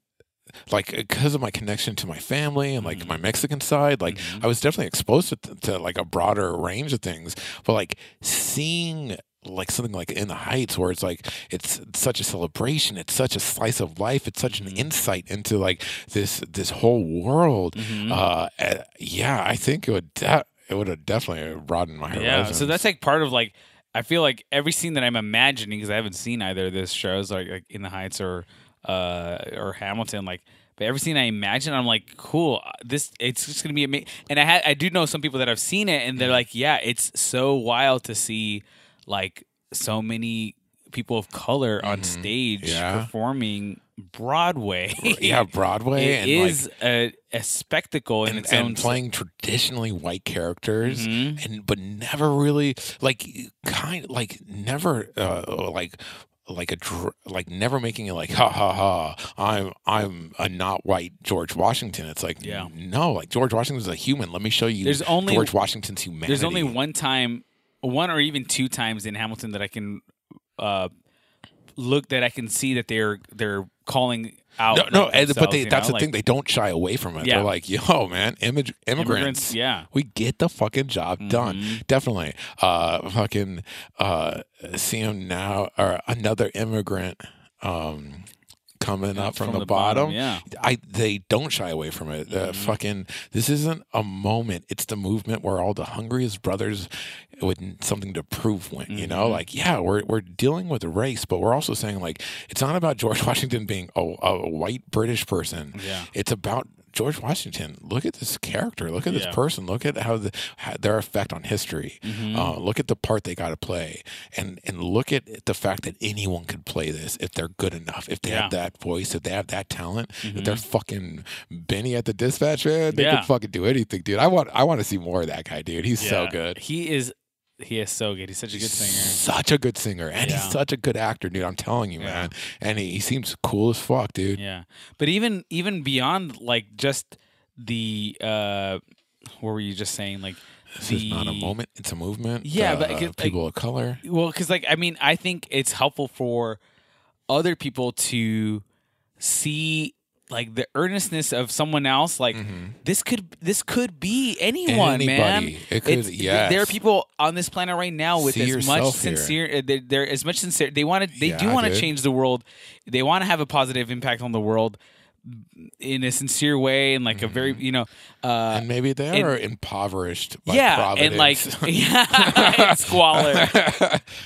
like because of my connection to my family and like my
Mm-hmm.
Mexican side, like I was definitely exposed to, to like a broader range of things, but like seeing like something like in the heights where it's like it's such a celebration it's such a slice of life it's such an
Mm-hmm.
insight into like this this whole world
Mm-hmm.
uh uh, yeah i think it would de- it would have definitely broadened my horizon
Yeah. So that's like part of like, I feel like every scene that I'm imagining, because I haven't seen either of those shows, like, like In the Heights or, uh, or Hamilton, like, but every scene I imagine, I'm like, cool. uh, This it's just gonna be amazing. And I had I do know some people that have seen it, and they're
Mm-hmm.
like, yeah, it's so wild to see, like, so many people of color on stage
Mm-hmm. Yeah.
performing Broadway.
*laughs* yeah broadway
*laughs* It
and like
is a, a spectacle in
and,
its own.
and playing traditionally white characters *laughs*
Mhm.
and but never really like kind like never uh, like like a dr- like never making it like ha ha ha I'm I'm a not white George Washington it's like
Yeah.
no like George Washington's a human let me show you
There's only-
George Washington's humanity
There's only one time, one or even two times in Hamilton that I can uh, look that I can see that they're they're calling out.
no no
like,
and, but
themselves,
they
you know,
that's the
like,
thing they don't shy away from it
Yeah.
they're like yo man image immigrants,
immigrants. Yeah,
we get the fucking job done.
Mhm.
Definitely. Uh, fucking uh, see him now or another immigrant um, coming up from, the, bottom.
Yeah,
*laughs* I they don't shy away from it. Uh, fucking this isn't a moment. It's the movement where all the hungriest brothers with n- something to prove went. You know, like yeah, we're we're dealing with race, but we're also saying like it's not about George *laughs* Washington being a, a white British person.
Yeah.
it's about. George Washington. Look at this character. Look at
Yeah.
this person. Look at how, the, how their effect on history. Uh,
Mm.
look at the part they got to play, and and look at the fact that anyone could play this if they're good enough. If they
Yeah.
have that voice, if they have that talent,
Mm-hmm,
if they're fucking Benny at the dispatch man, they
Yeah.
could fucking do anything, dude. I want I want to see more of that guy, dude. He's so
Yeah.
good.
He is. He is so good. He's such a good singer.
Such a good singer, and
Yeah.
he's such a good actor, dude. I'm telling you,
Yeah.
man. And he, he seems cool as fuck, dude.
Yeah, but even even beyond like just the uh, what were you just saying like
This
the
is not a moment; it's a movement.
Yeah, but I
Uh,
could, like-
people of color.
Well, because like I mean, I think it's helpful for other people to see like the earnestness of someone else. Like this could this could be anyone, man.
Mm. Mm-hmm. Anybody. It could-
th-
yes.
There are people on this planet right now with
See
as much
yourself here.
sincere. uh, They're, they're as much sincere. They want to. They do
Yeah,
want to
dude.
change the world. They want to have a positive impact on the world mm, in a sincere way and like a very
Mm-hmm.
you know uh
and maybe they
and-
are impoverished. By
yeah
Providence.
and like
*laughs*
yeah and squalor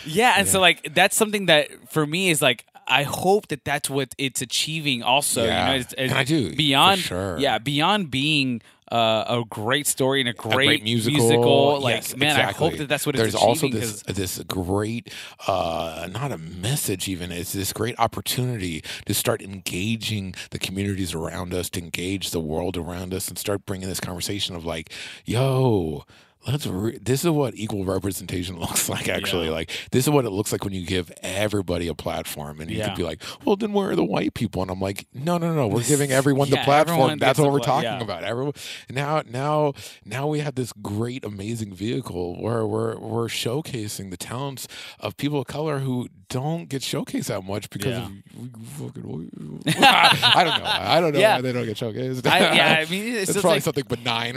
yeah, and so like that's something that for me is like I hope that that's what it's achieving. Also, you
Yeah.
know, it's, it's
And I do, for
beyond
sure.
yeah beyond being uh, a great story and a great,
a great musical.
Like
Yes,
man, I hope
exactly.
that that's what
There's
it's
also
achieving.
this
'cause-
this great, uh, not a message even. It's this great opportunity to start engaging the communities around us, to engage the world around us, and start bringing this conversation of like, yo. let's re- this is what equal representation *laughs* looks like actually
Yeah.
like this is what it looks like when you give everybody a platform and you
Yeah.
could be like well then where are the white people and i'm like no no no we're giving everyone
*laughs*
the
Yeah,
platform
everyone
that's
gets
what
a
we're
pla-
talking
yeah.
about everyone now now now we have this great amazing vehicle where we're we're showcasing the talents of people of color who don't get showcased that much because
Yeah.
of you
*laughs*
fucking *laughs* I don't know I don't know
Yeah.
why they don't get showcased
I,
*laughs*
yeah, I mean, it's
it's
just
probably
like,
something benign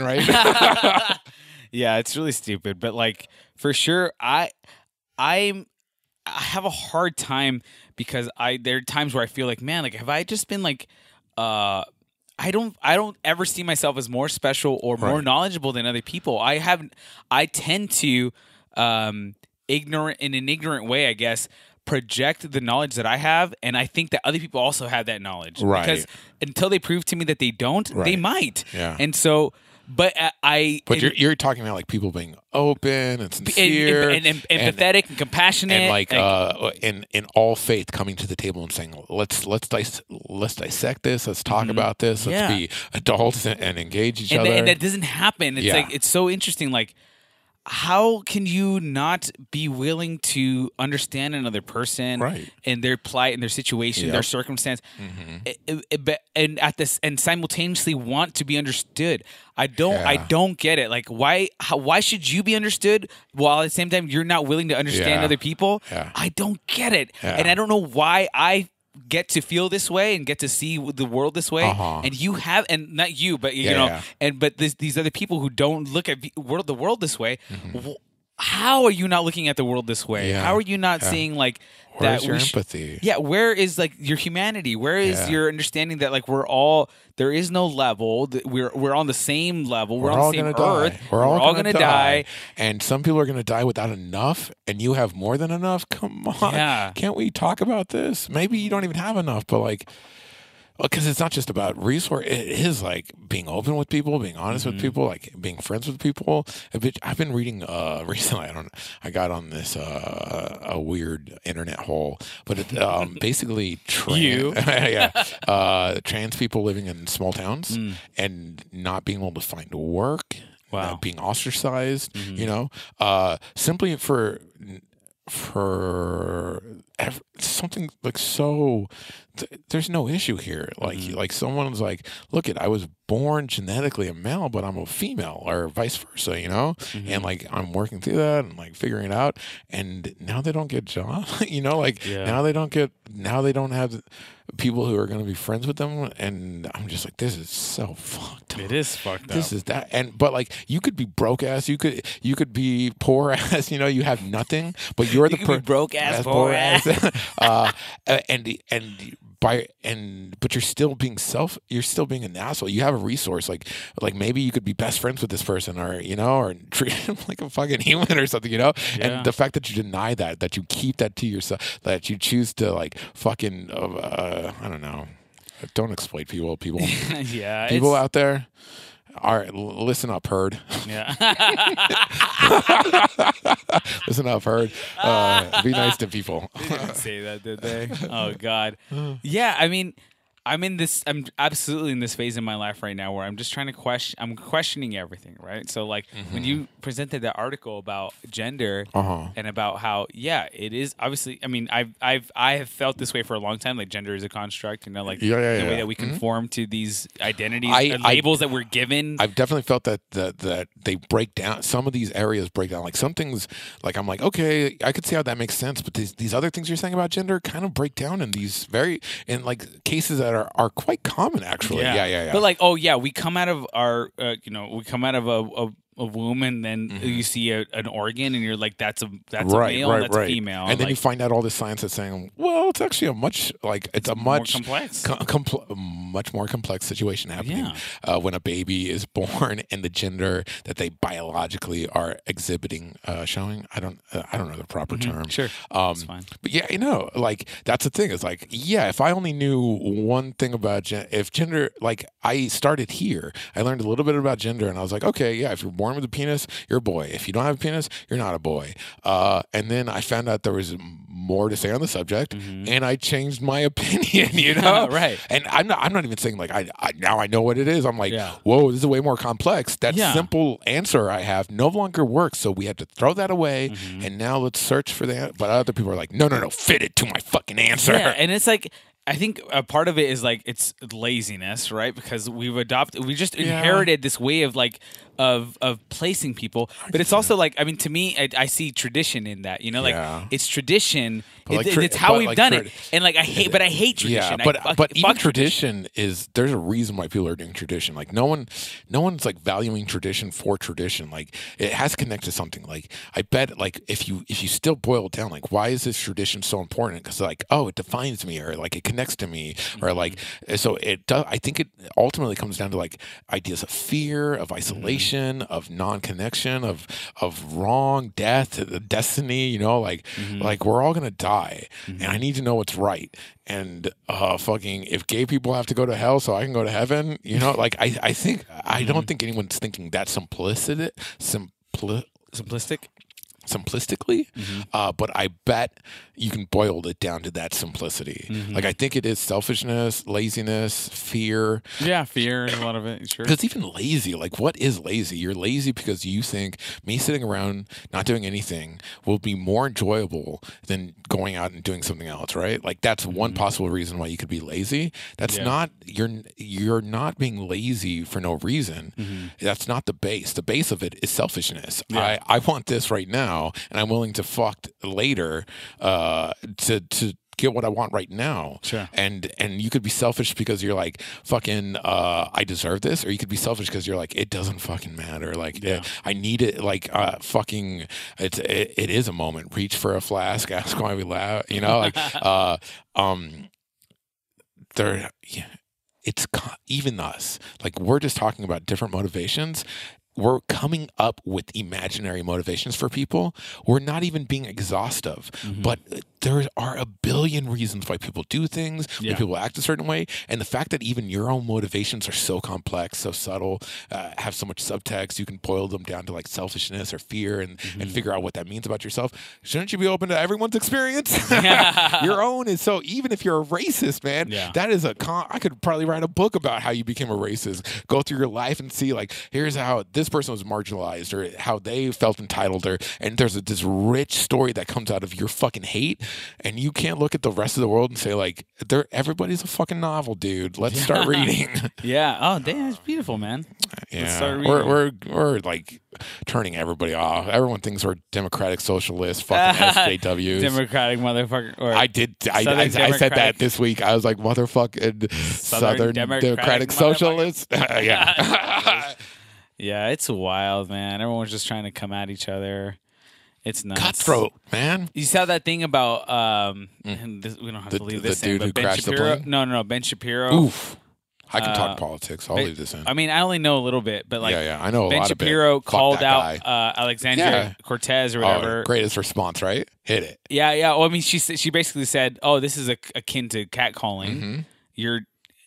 *laughs*
right
yeah, it's really stupid, but like for sure, I I'm I have a hard time because I there are times where I feel like man, like have I just been like uh I don't I don't ever see myself as more special or more
Right.
knowledgeable than other people. I have I tend to um ignorant in an ignorant way, I guess, project the knowledge that I have and I think that other people also have that knowledge.
Right.
Because until they prove to me that they don't, they
Right.
might.
*laughs* Yeah.
And so but uh, I
But
and-
you're, you're talking about like people being open and
and,
sincere
and, and, and
and,
empathetic and compassionate
and, like uh, in in all faith coming to the table and saying let's let's dis- let's dissect this let's talk about this let's
Mm-hmm. Yeah.
be adults and, and engage each
and,
other
that, and that doesn't happen. It's
Yeah.
like it's so interesting. Like, how can you not be willing to understand another person
Right.
and their plight and their situation,
Yep. Mm-hmm.
their circumstance, I- I- I- but- and at this and simultaneously want to be understood? I don't. I
Yeah.
don't get it. Like, why? How, why should you be understood while at the same time you're not willing to understand
Yeah.
other people?
Yeah.
I don't get it,
Yeah.
and I don't know why I. Get to feel this way and get to see the world this way,
Uh-huh.
and you have, and not you, but you
Yeah,
know,
yeah.
and but this, these other people who don't look at the world the world this way wh- how are you not looking at the world this way
Mm-hmm. Yeah.
how are you not
Yeah.
seeing like
where's
that
your
we sh-
empathy
yeah where is like your humanity where is
Yeah.
your understanding that like we're all there is no level that we're we're on the same level we're,
We're,
on
all
the same
gonna
earth
die. We're all,
gonna, die,
and some people are gonna die without enough, and you have more than enough. Come *laughs* on,
Yeah.
can't we talk about this? Maybe you don't even have enough, but like, because it's not just about resource. It is like being open with people, being honest
Mm-hmm.
with people, like being friends with people. A bit- I've been reading uh, *laughs* recently. I don't. I got on this uh, a weird internet hole, but it,
*laughs*
um, basically, trans,
You.
*laughs*
*laughs*
yeah, uh, trans people living in small towns
Mm.
and not being able to find work.
Wow. Mm-hmm.
Not being ostracized, you know, uh, simply for for ev- something like so th- there's no issue here like like someone's like look at i was born genetically a male but i'm a female or vice versa you know and like i'm working through that and like figuring it out and now they don't get jobs *laughs* you know like
Yeah.
now they don't get now they don't have people who are going to be friends with them and i'm just like this is so fucked up
it is fucked
this is that and but like you could be broke ass you could you could be poor *laughs* ass you know you have nothing but you're
You
the
could be broke ass, poor
*laughs* uh, and the- and the- by and but you're still being self you're still being an asshole you have a resource like like maybe you could be best friends with this person or you know or *laughs* treat him like a fucking human or something you know
Yeah.
and the fact that you deny that that you keep that to yourself that you choose to like fucking uh, uh, i don't know don't exploit people
*laughs*
people
yeah it's-
people out there are l- listen up herd *laughs*
yeah
listen up herd uh, be nice to people
They *laughs* didn't say that, did they? Oh God. Yeah, I mean, I'm in this. I'm absolutely in this phase in my life right now where I'm just trying to question. I'm questioning everything, right? So, like when you presented that article about gender
Uh-huh.
and about how, yeah, it is obviously. I mean, I've I've I have felt this way for a long time. Like gender is a construct, you know, like
Yeah, yeah,
the way
yeah.
that we conform to these identities,
I-
and
I-
labels that we're given.
I've definitely felt that, that that they break down. Some of these areas break down. Like some things, like I'm like, okay, I could see how that makes sense. But these, these other things you're saying about gender kind of break down in these very in like cases that are, are quite common actually. Yeah, yeah, yeah.
But like, oh yeah, we come out of our, uh, you know, we come out of a, a, a womb, and then
Mm-hmm.
you see a, an organ, and you're like, that's a that's a male, and that's a female,
And then you
like,
find out all this science that's saying, well, it's actually a much like it's, a
more
much
complex.
com- compl- much more complex situation happening
Yeah.
uh, when a baby is *laughs* born and the gender that they biologically are exhibiting, uh, showing. I don't, uh, I don't know the proper term.
Mm-hmm. sure,
Um,
it's fine.
but yeah, you know, like that's the thing. It's like, yeah, if I only knew one thing about gen- if gender, like I started here, I learned a little bit about gender, and I was like, okay, yeah, if you're born with a penis, you're a boy. If you don't have a penis, you're not a boy. Uh, and then I found out there was m- more to say on the subject,
Mhm.
and I changed my opinion. *laughs* You know,
*laughs* right.
And I'm not. I'm not even saying like I, I now I know what it is. I'm like,
Yeah.
whoa, this is way more complex. That
Yeah.
simple answer I have no longer works. So we had to throw that away,
Mhm.
and now let's search for that. But other people are like, no, no, no, fit it to my fucking answer.
Yeah, and it's like I think a part of it is like it's laziness, right? Because we've adopted, we just
Yeah.
inherited this way of like of of placing people. But it's also like, I mean, to me, I, I see tradition in that. You know, like
Yeah.
it's tradition.
But, like,
It-
tra-
it's how
but,
we've
like,
done
trad-
it, and like I hate, but I hate tradition.
Yeah, but
I fuck-
but even
fuck
tradition is there's a reason why people are doing tradition. Like no one, no one's like valuing tradition for tradition. Like it has to connect to something. Like I bet like if you if you still boil it down, like why is this tradition so important? Because like oh, it defines me, or like it connects to me, or like
Mm-hmm.
so it does. I think it ultimately comes down to like ideas of fear, of isolation, of non-connection, of of wrong, death, destiny. You know, like like we're all gonna die, and I need to know what's right and uh fucking if gay people have to go to hell so I can go to heaven, you know, like I I think I don't think anyone's thinking that simplicity simpli-
simplistic.
simplistically, uh, but I bet you can boil it down to that simplicity. Like I think it is selfishness, laziness, fear,
Yeah, fear and a lot of it. Sure.
because even lazy, like what is lazy? You're lazy because you think me sitting around not doing anything will be more enjoyable than going out and doing something else, right? Like that's one possible reason why you could be lazy. That's
Mm-hmm. Yeah.
not you're you're not being lazy for no reason. That's not the base. The base of it is selfishness.
Mm-hmm. Yeah.
I I want this right now, and I'm willing to fuck later uh, to to get what I want right now
Sure.
and and you could be selfish because you're like fucking uh i deserve this or you could be selfish because you're like it doesn't fucking matter like uh,
Yeah.
i need it like uh fucking it's it, it is a moment reach for a flask *laughs* ask why we laugh you know like
*laughs*
*laughs* uh um there yeah it's co- even us like we're just talking about different motivations we're coming up with imaginary motivations for people we're not even being exhaustive but there are a billion reasons why people do things why
Yeah.
people act a certain way and the fact that even your own motivations are so complex so subtle uh, have so much subtext you can boil them down to like selfishness or fear and, and figure out what that means about yourself shouldn't you be open to everyone's experience *laughs* your own is so even if you're a racist man
Yeah.
that is a con i could probably write a book about how you became a racist go through your life and see like here's how this person was marginalized or how they felt entitled or and there's a, this rich story that comes out of your fucking hate and you can't look at the rest of the world and say like there everybody's a fucking novel dude let's start reading
*laughs* yeah. Oh, damn, it's beautiful, man.
yeah
start
we're,
reading.
we're we're like turning everybody off everyone thinks we're democratic socialists fucking
*laughs*
sjws
Democratic motherfucker. Or
I did. I,
Southern
I, I said that
Democratic-
this week. I was like, motherfucking Southern, Democratic,
Democratic motherfucker.
Socialist. *laughs*
*laughs*
yeah.
Yeah, it's wild, man. Everyone's just trying to come at each other. It's nuts.
Cutthroat, man.
You saw that thing about um, and this, we don't have
The-
to leave
the
this
dude
in, but
who
Ben
crashed the
Shapiro.
plane?
no, no, no, Ben Shapiro.
Oof. I can
Uh,
talk politics. I'll
Ba-
leave this in.
I mean, I only know a little bit, but like
yeah, yeah. I know a
Ben
lot
Shapiro
of it. Fuck
called
that
out
guy.
uh, Alexandria
Yeah.
Cortez or
Oh,
whatever.
greatest response, right? Hit it.
Yeah, yeah. Well, I mean, she sa- she basically said, "Oh, this is a, akin to catcalling.
Mhm.
You're,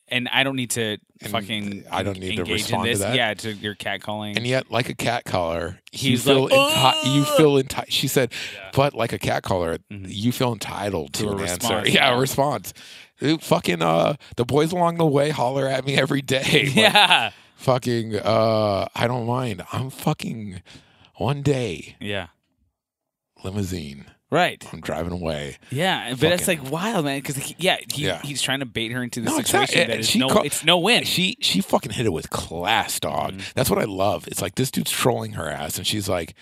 and I don't need to
And
fucking.
I don't need to
engage
respond
in
to
this.
that.
Yeah, to your catcalling.
And yet, like a cat caller, you
He's
feel
like,
enti- you
"Ugh!"
feel entitled. She said,
Yeah.
but like a cat caller,
Mhm.
you feel entitled to,
To a
an answer.
response,
*laughs* Yeah, a
yeah.
response. Dude, fucking uh, the boys along the way holler at me every day.
*laughs*
Like,
yeah,
fucking uh I don't mind. I'm fucking one day
yeah.
limousine.
Right.
I'm driving away.
Yeah, but it's
Fucking-
like wild, man. Because yeah, he,
Yeah.
he's trying to bait her into the
No,
situation
exactly.
that is
She
no,
call-
it's no win.
And she she fucking hit it with class, dog.
Mm-hmm.
That's what I love. It's like this dude's trolling her ass and she's like,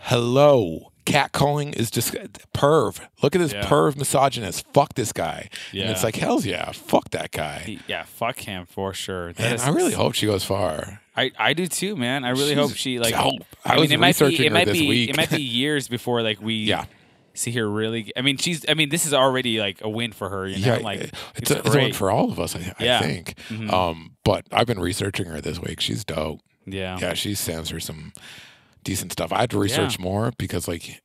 "Hello." Catcalling is just perv. Look at this
Yeah.
perv misogynist. Fuck this guy. And it's
Yeah.
like, "Hells yeah, fuck that guy."
He- yeah, fuck him for sure. That
Man,
is-
I really hope she goes far.
I, I do too, man. I really
She's
hope she like.
dope. I was
mean, it might
researching
be, it
her
might
this
be,
week.
it might
*laughs*
be years before like we
Yeah.
see her really. I mean, she's. I mean, this is already like a win for her. You know, like
it-
it's,
eh, it's, a, it's a
great.
win for all of us, I, I
Yeah. Mm-hmm.
think. Um, but I've been researching her this week. She's dope.
yeah.
Yeah, she stands for some decent stuff. I had to research more because, like,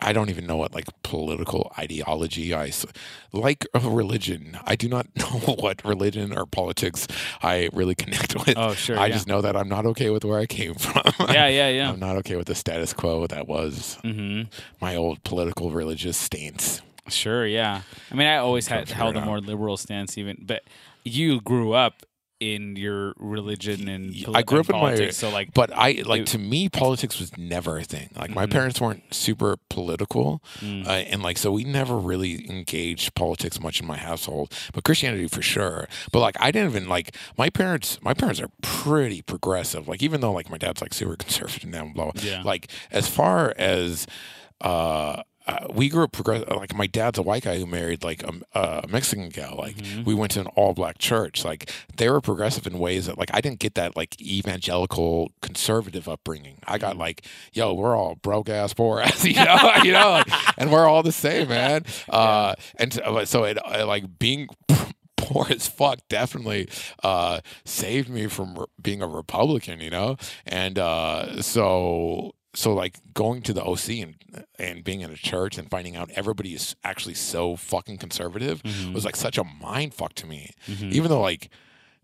I don't even know what like political ideology I s- like a religion. I do not *laughs* know what religion or politics I really connect with.
Oh, sure,
I
yeah.
just know that I'm not okay with where I came *laughs* from.
Yeah, yeah, yeah.
I'm not okay with the status quo that was
hmm
my old political religious stance.
Sure, yeah. I mean, I always
Can't
had
figure
held
it
a
out.
more liberal stance, even. But you grew up in your religion and poli-
I grew
and
up in my-
politics, so like,
But I like
It-
to me politics was never a thing. Like my
Mhm.
parents weren't super political,
Mm.
uh, and like so we never really engaged politics much in my household. But Christianity for sure. But like I didn't even like my parents. My parents are pretty progressive. Like even though like my dad's like super *laughs* conservative now, and blah blah.
Yeah.
Like as far as. uh uh, we grew up progress. Like my dad's a white guy who married like a, a Mexican gal. Like we went to an all black church. Like they were progressive in ways that like I didn't get that like evangelical conservative upbringing. I got like, yo, we're all broke ass poor *laughs* ass, you know, you know, like, and we're all the same, man. Uh, and so, so it uh, like being. *laughs* Poor as fuck definitely uh, saved me from re- being a Republican, you know, and uh, so so like going to the OC and and being in a church and finding out everybody is actually so fucking conservative
Mhm.
was like such a mind fuck to me.
Mhm.
Even though like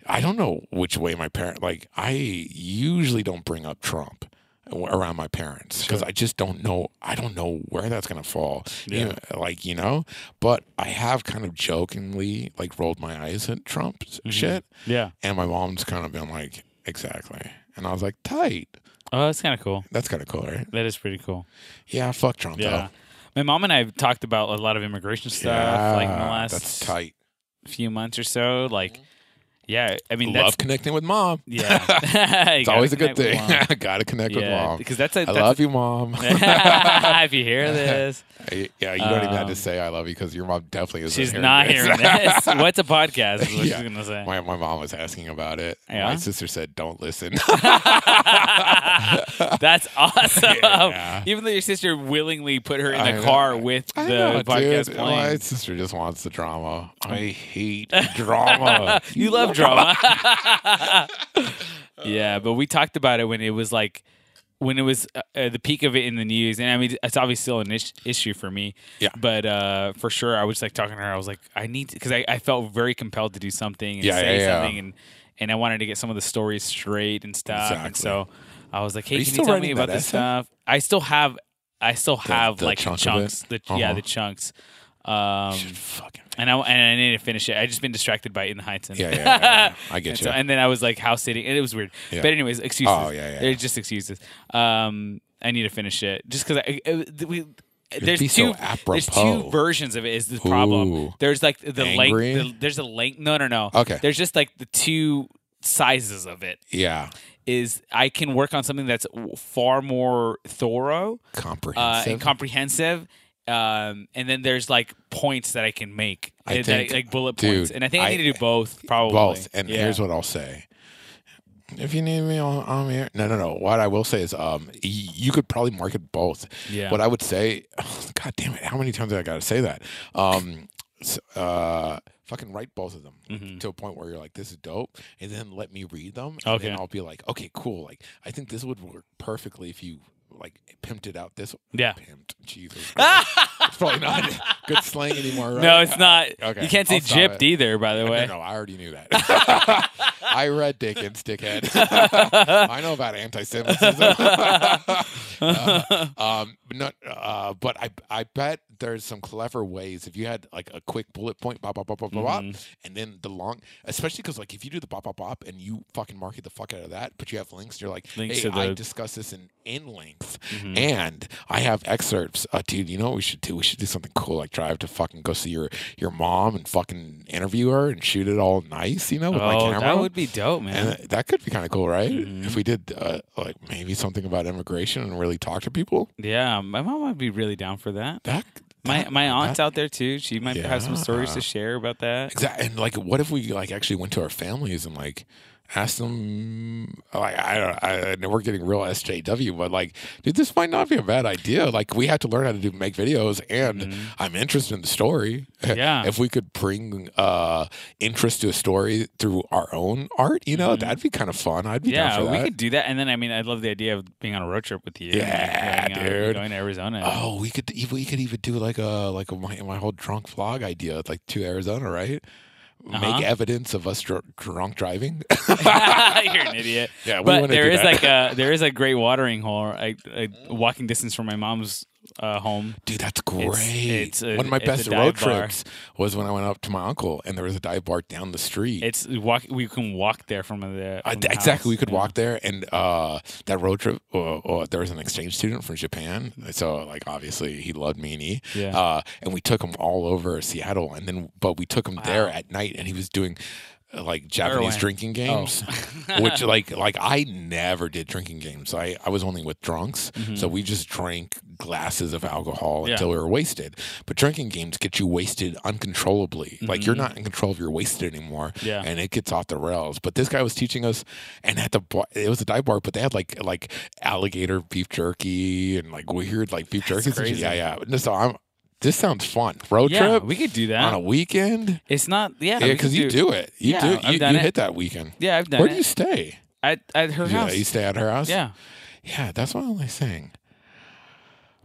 I don't know which way my parent like I usually don't bring up Trump around my parents because I just don't know I don't know where that's gonna fall.
Yeah.
Even- like you know, but I have kind of jokingly like rolled my eyes at Trump's
Mm-hmm.
shit,
yeah.
and my mom's kind of been like exactly, and I was like tight.
Oh, that's kind of cool.
That's kind of cool, right?
That is pretty cool.
Yeah, fuck Trump
Yeah. My mom and I have talked about a lot of immigration
though.
stuff, like in the
Yeah,
last
that's tight.
few months or so. Like, yeah, I mean, that's
Love connecting with mom.
*laughs* yeah, You
*laughs*
*laughs*
It's
gotta
always a good
connect with
thing. *laughs*
mom.
Gotta connect with
yeah, *laughs*
mom.
because that's a
I
that's a-
love
*laughs*
you, mom.
if you
*laughs*
hear this,
yeah, you don't even have to
Um,
say I love you because your mom definitely is.
she's
*laughs*
not hearing this. What's a podcast? Is what
Yeah.
she's gonna say.
My, my mom was asking about it.
Yeah?
My sister said, "Don't listen." *laughs*
*laughs* That's awesome.
Yeah.
Even though your sister willingly put her in
I
the
know.
car with the
I know,
podcast
dude. My
playing.
sister just wants the drama.
*laughs*
I hate drama.
you love
*laughs*
drama. yeah, but we talked about it when it was like when it was uh, uh, the peak of it in the news, and I mean it's obviously still an ish- issue for me.
Yeah.
But uh, for sure, I was like talking to her. I was like, I need because I, I felt very compelled to do something and
Yeah,
say
yeah, yeah.
something, and and I wanted to get some of the stories straight and stuff. And
Exactly.
so I was like, Hey,
you
can you
still
tell me
writing
about
that
this
essay?
stuff? I still have, I still have
the
like
chunk of it?
chunks. The, Yeah,
Uh-huh.
the chunks. Um,
Should fucking.
and I and I need to finish it. I just been distracted by In the Heights. And
*laughs* Yeah, yeah, yeah,
*laughs*
yeah. I get
and,
you.
so, and then I was like house sitting, and it was weird.
Yeah.
But anyways, excuses.
Oh, yeah, yeah,
They're
yeah.
just excuses. Um, I need to finish it just because I, I- I- we. There's
be so
two. there's two
apropos.
versions of it. Is the problem?
Ooh.
There's like the length.
Angry? Oh.
The, there's a length. No, no, no.
Okay.
There's just like the two sizes of it.
yeah,
Is I can work on something that's far more thorough uh,
comprehensive.
and comprehensive. Um, and then there's like points that I can make,
I
that
think-
like bullet
dude,
points. And I think I,
I-
need to do both, probably.
both. And
Yeah.
here's what I'll say. If you need me, I'll- I'm here. No, no, no. What I will say is, um, y- you could probably market both.
Yeah. *laughs*
What I would say, *sighs* God damn it, how many times did I got to say that? Um, s- uh, fucking write both of them
Mhm.
to a point where you're like, this is dope, and then let me read them. And
Okay.
Then I'll be like, okay, cool. Like, I think this would work perfectly if you like pimped it out this.
Yeah.
Pimped. Jesus. Christ. it's probably not *laughs* good slang anymore. Right?
No, it's not.
Okay,
You can't say
I'll stop it.
gypped either, by the way. *laughs*
No, no, I already knew that. *laughs* I read Dickens, dickhead.
*laughs*
I know about anti-Semitism. Uh, um, but not, uh, but I, I bet there's some clever ways. If you had like a quick bullet point, bop, bop, bop, bop, bop, bop,
Mm-hmm.
and then the long, especially because like if you do the bop, bop, bop, and you fucking market the fuck out of that, but you have links, you're like,
Links
hey,
to
I
the-
discuss this in in length,
Mhm.
Mm-hmm. and I have excerpts. Uh, dude, you know what we should do? We should do something cool, like drive to fucking go see your your mom and fucking interview her and shoot it all nice, you know, with my
Oh,
camera.
that would be dope,
and
man.
th- that could be kind of cool, right?
Mhm.
If we did uh, like maybe something about immigration and really talk to people,
yeah, my mom would be really down for that.
that
My
that-
my aunt's
that-
out there too. She might have some stories
Yeah.
to share about that.
exactly. And like, what if we like actually went to our families and like ask them like I don't I, I know we're getting real SJW, but like, dude, this might not be a bad idea. Like we have to learn how to do make videos and
Mhm.
I'm interested in the story.
Yeah.
*laughs* if we could bring uh interest to a story through our own art, you know,
Mhm.
that'd be kind of fun. I'd be down
yeah,
for that.
we could do that. And then I mean, I love the idea of being on a road trip with you. and, like,
Yeah,
going out-
dude.
going to Arizona.
Oh, we could we could even do like a like a, my my whole drunk vlog idea, like to Arizona, right?
Uh-huh.
Make evidence of us dr- drunk driving.
*laughs* You're an idiot.
Yeah, *laughs* we
but
wanna
there
do
is
that.
like a there is a great watering hole, a, a walking distance from my mom's uh, home.
Dude, that's great.
it's a-
One of my
it's a
best
dive
road
bar.
trips was when I went up to my uncle and there was a dive bar down the street.
It's walk. We can walk there from the,
Uh,
from the
exactly.
house,
We could
yeah.
walk there, and uh, that road trip. Uh, uh, there was an exchange student from Japan, so like obviously he loved me and he,
Yeah.
uh, and we took him all over Seattle, and then but we took him there at night, and he was doing uh, like Japanese
Heroin.
drinking
*laughs*
games, uh, which like like I never did drinking games. I I was only with drunks,
Mm-hmm.
so we just drank glasses of alcohol
Hmm. Yeah.
until we were wasted. But drinking games get you wasted uncontrollably. Like
Mm-hmm.
you're not in control of your wasted anymore
Yeah.
and it gets off the rails. But this guy was teaching us, and at the bar, it was a dive bar, but they had like like alligator beef jerky and like weird like beef jerky. and shit.
crazy.
Yeah, yeah. No, So I'm. This sounds fun. Road
Yeah,
trip
we could do
on a
that.
weekend.
It's not. Yeah,
Yeah,
we
because
could
you do it. You
Yeah,
do.
I've
You,
done
you
it.
hit that weekend.
Yeah, I've done
Where
it.
do you stay?
at, at her
yeah,
house.
you stay at her house.
yeah.
yeah. That's what I'm saying.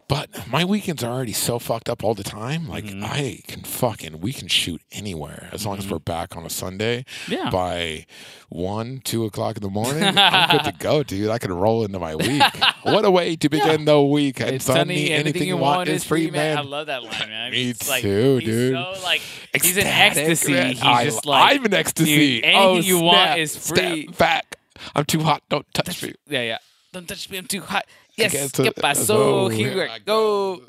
But my weekends are already so fucked up all the time. Like
Mhm.
I can fucking we can shoot anywhere as long as
Mhm.
we're back on a Sunday
Yeah.
by one, two o'clock in the morning, I'm good to go, dude. I can roll into
*laughs*
my week. what a way to begin the week! And
It's
Sunday,
sunny. Anything, you want is free, man. I love that line, man.
*laughs* Me
It's like,
too,
he's
dude.
So like he's in
Ecstatic,
ecstasy.
man.
He's
I-
just like
I'm in ecstasy.
dude, anything
oh,
you want
snap,
is
step
free.
back. I'm too hot. Don't touch me.
yeah, yeah. Don't touch me. I'm too hot.
Okay,
Yes,
so-
que
so
pasó? Here I go.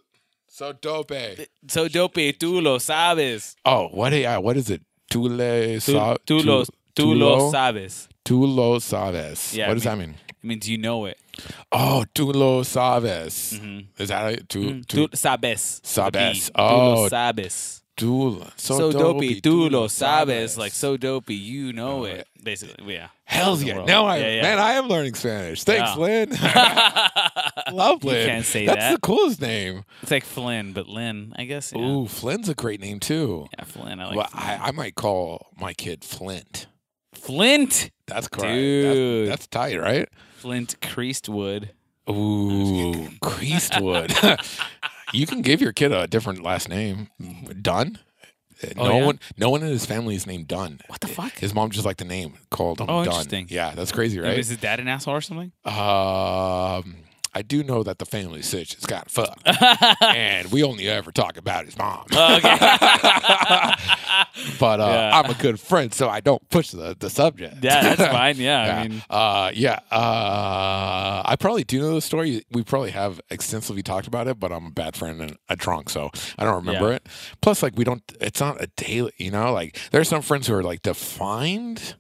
So dope. eh?
So dope, tú lo sabes.
Oh, what? Yeah, what is it? Tule
Tú,
sa-
tú,
tu-
lo, tú lo
tulo-
sabes.
Tulo sabes.
Yeah,
what
I
does that mean?
It means you know it.
Oh, tulo sabes.
Mhm.
Is that it? Tu,
Tú
tu,
sabes.
Sabes.
Tú lo
Oh.
sabes.
Tula.
So, dopey, tú lo sabes. Like, so dopey, you know it.
it.
Basically, yeah.
Hell
the
yeah.
world.
Now I
Yeah, yeah.
man, I am learning Spanish. Thanks,
Yeah. *laughs*
Lynn. *laughs* Love Lynn.
can't say
That's
that.
the coolest name.
*laughs* It's like Flynn, but Lynn, I guess. Yeah,
Ooh, Flynn's a great name too.
yeah Flynn. I like
well,
Flynn.
I, I might call my kid Flint.
Flint.
That's correct.
Dude.
That's, that's tight, right?
Flint Creastwood.
*laughs* Ooh, Creastwood. *laughs* you can give your kid a different last name. Dunn. Uh,
Mm-hmm. Oh,
no
yeah?
one, no one in his family is named Dunn. Uh,
What the fuck?
His mom just liked the name, called him
Oh,
Dunn.
interesting.
Yeah, that's crazy, right?
Is his dad an asshole or *laughs* something?
Um, I do know that the family sitch has got fucked, and we only ever talk about
*laughs*
his mom. *laughs* but uh,
Yeah.
I'm a good friend, so I don't push the, the subject.
yeah,
*laughs*
that's fine. Yeah,
yeah.
I mean,
uh, yeah. Uh, I probably do know the story. We probably have extensively talked about it, but I'm a bad friend and a drunk, so I don't remember
Yeah.
it. Plus, like, we don't. It's not a daily. You know, like, there's some friends who are like defined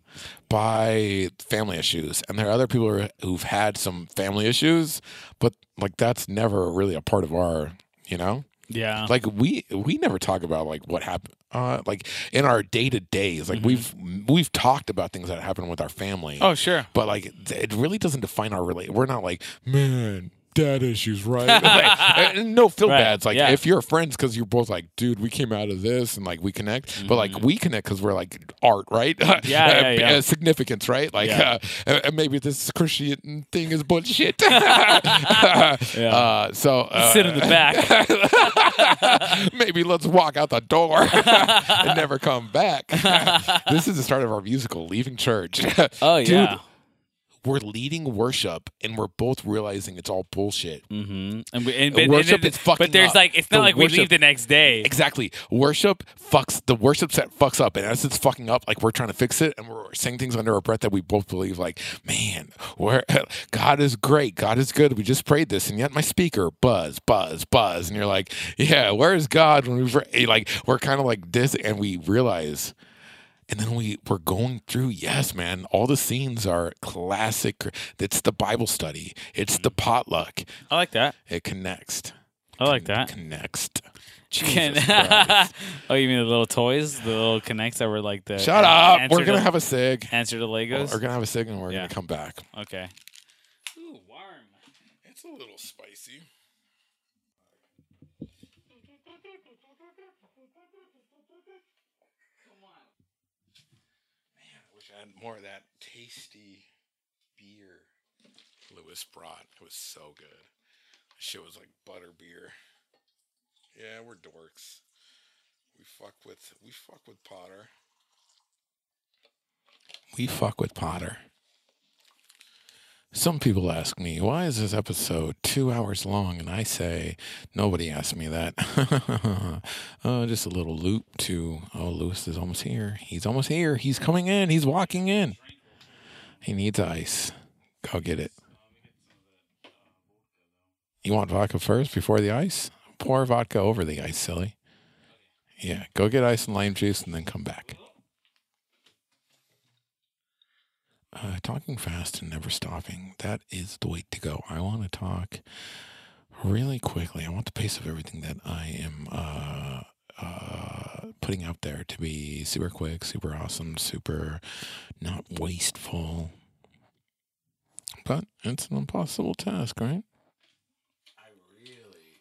by family issues, and there are other people who are- who've had some family issues, but like, that's never really a part of our. You know,
yeah.
like we we never talk about like what happened uh like in our day to days like
Mhm.
we've we've talked about things that happen with our family
oh, sure.
but like th- it really doesn't define our relate. We're not like man. Dad issues,
*laughs*
right? *laughs* Like, uh, no feel
Right,
bads. Like
yeah.
if you're friends, because you're both like, dude, we came out of this and like we connect, but like we connect because we're like art, right? *laughs* Yeah,
Mm-hmm. yeah, yeah.
significance, right? Like
Yeah.
uh, uh, maybe this Christian thing is bullshit. *laughs* uh, so
*laughs*
uh,
Sit in the back.
*laughs* Maybe let's walk out the door *laughs* and never come
*laughs*
back. *laughs* this is the start of our musical, Leaving Church. *laughs*
Oh,
Dude,
yeah.
we're leading worship and we're both realizing it's all bullshit.
Mm-hmm. And, we, and,
Uh,
but- and
worship
then-
is fucking
But there's
up.
like, it's not
The
like we
worship-
leave the next day.
Exactly. Worship fucks the worship set fucks up and as it's fucking up, like we're trying to fix it and we're saying things under our breath that we both believe like, man, we're, *laughs* God is great. God is good. We just prayed this and yet my speaker buzz, buzz, buzz. And you're like, yeah, where is God when we pray? like we're kind of like this and we realize and then we we're going through yes man all the scenes are classic it's the bible study it's the potluck
I like that.
it connects
I like that.
Connect.
Chicken. *laughs*
Jesus Christ.
oh, you mean the little toys, the little connects that were like the
Shut
an-
up.
Answer
We're gonna
to,
have a sig.
answer to
We're
Legos.
gonna have a sig, and we're
Yeah.
gonna come back.
okay. Ooh,
*sighs*
warm.
It's a little spicy. Man, I wish I had more of that tasty beer Lewis brought. It was so good. shit was like butter beer. Yeah, we're dorks. We fuck with we fuck with Potter. We fuck with Potter. Some people ask me, why is this episode two hours long? And I say, nobody asked me that. *laughs* uh, just a little loop to, oh, Lewis is almost here. He's almost here. He's coming in. He's walking in. He needs ice. Go get it. You want vodka first before the ice? Pour vodka over the ice, silly. Yeah, go get ice and lime juice and then come back. uh, talking fast and never stopping that is the way to go i want to talk really quickly i want the pace of everything that i am uh, uh, putting out there to be super quick super awesome super not wasteful but it's an impossible task right i really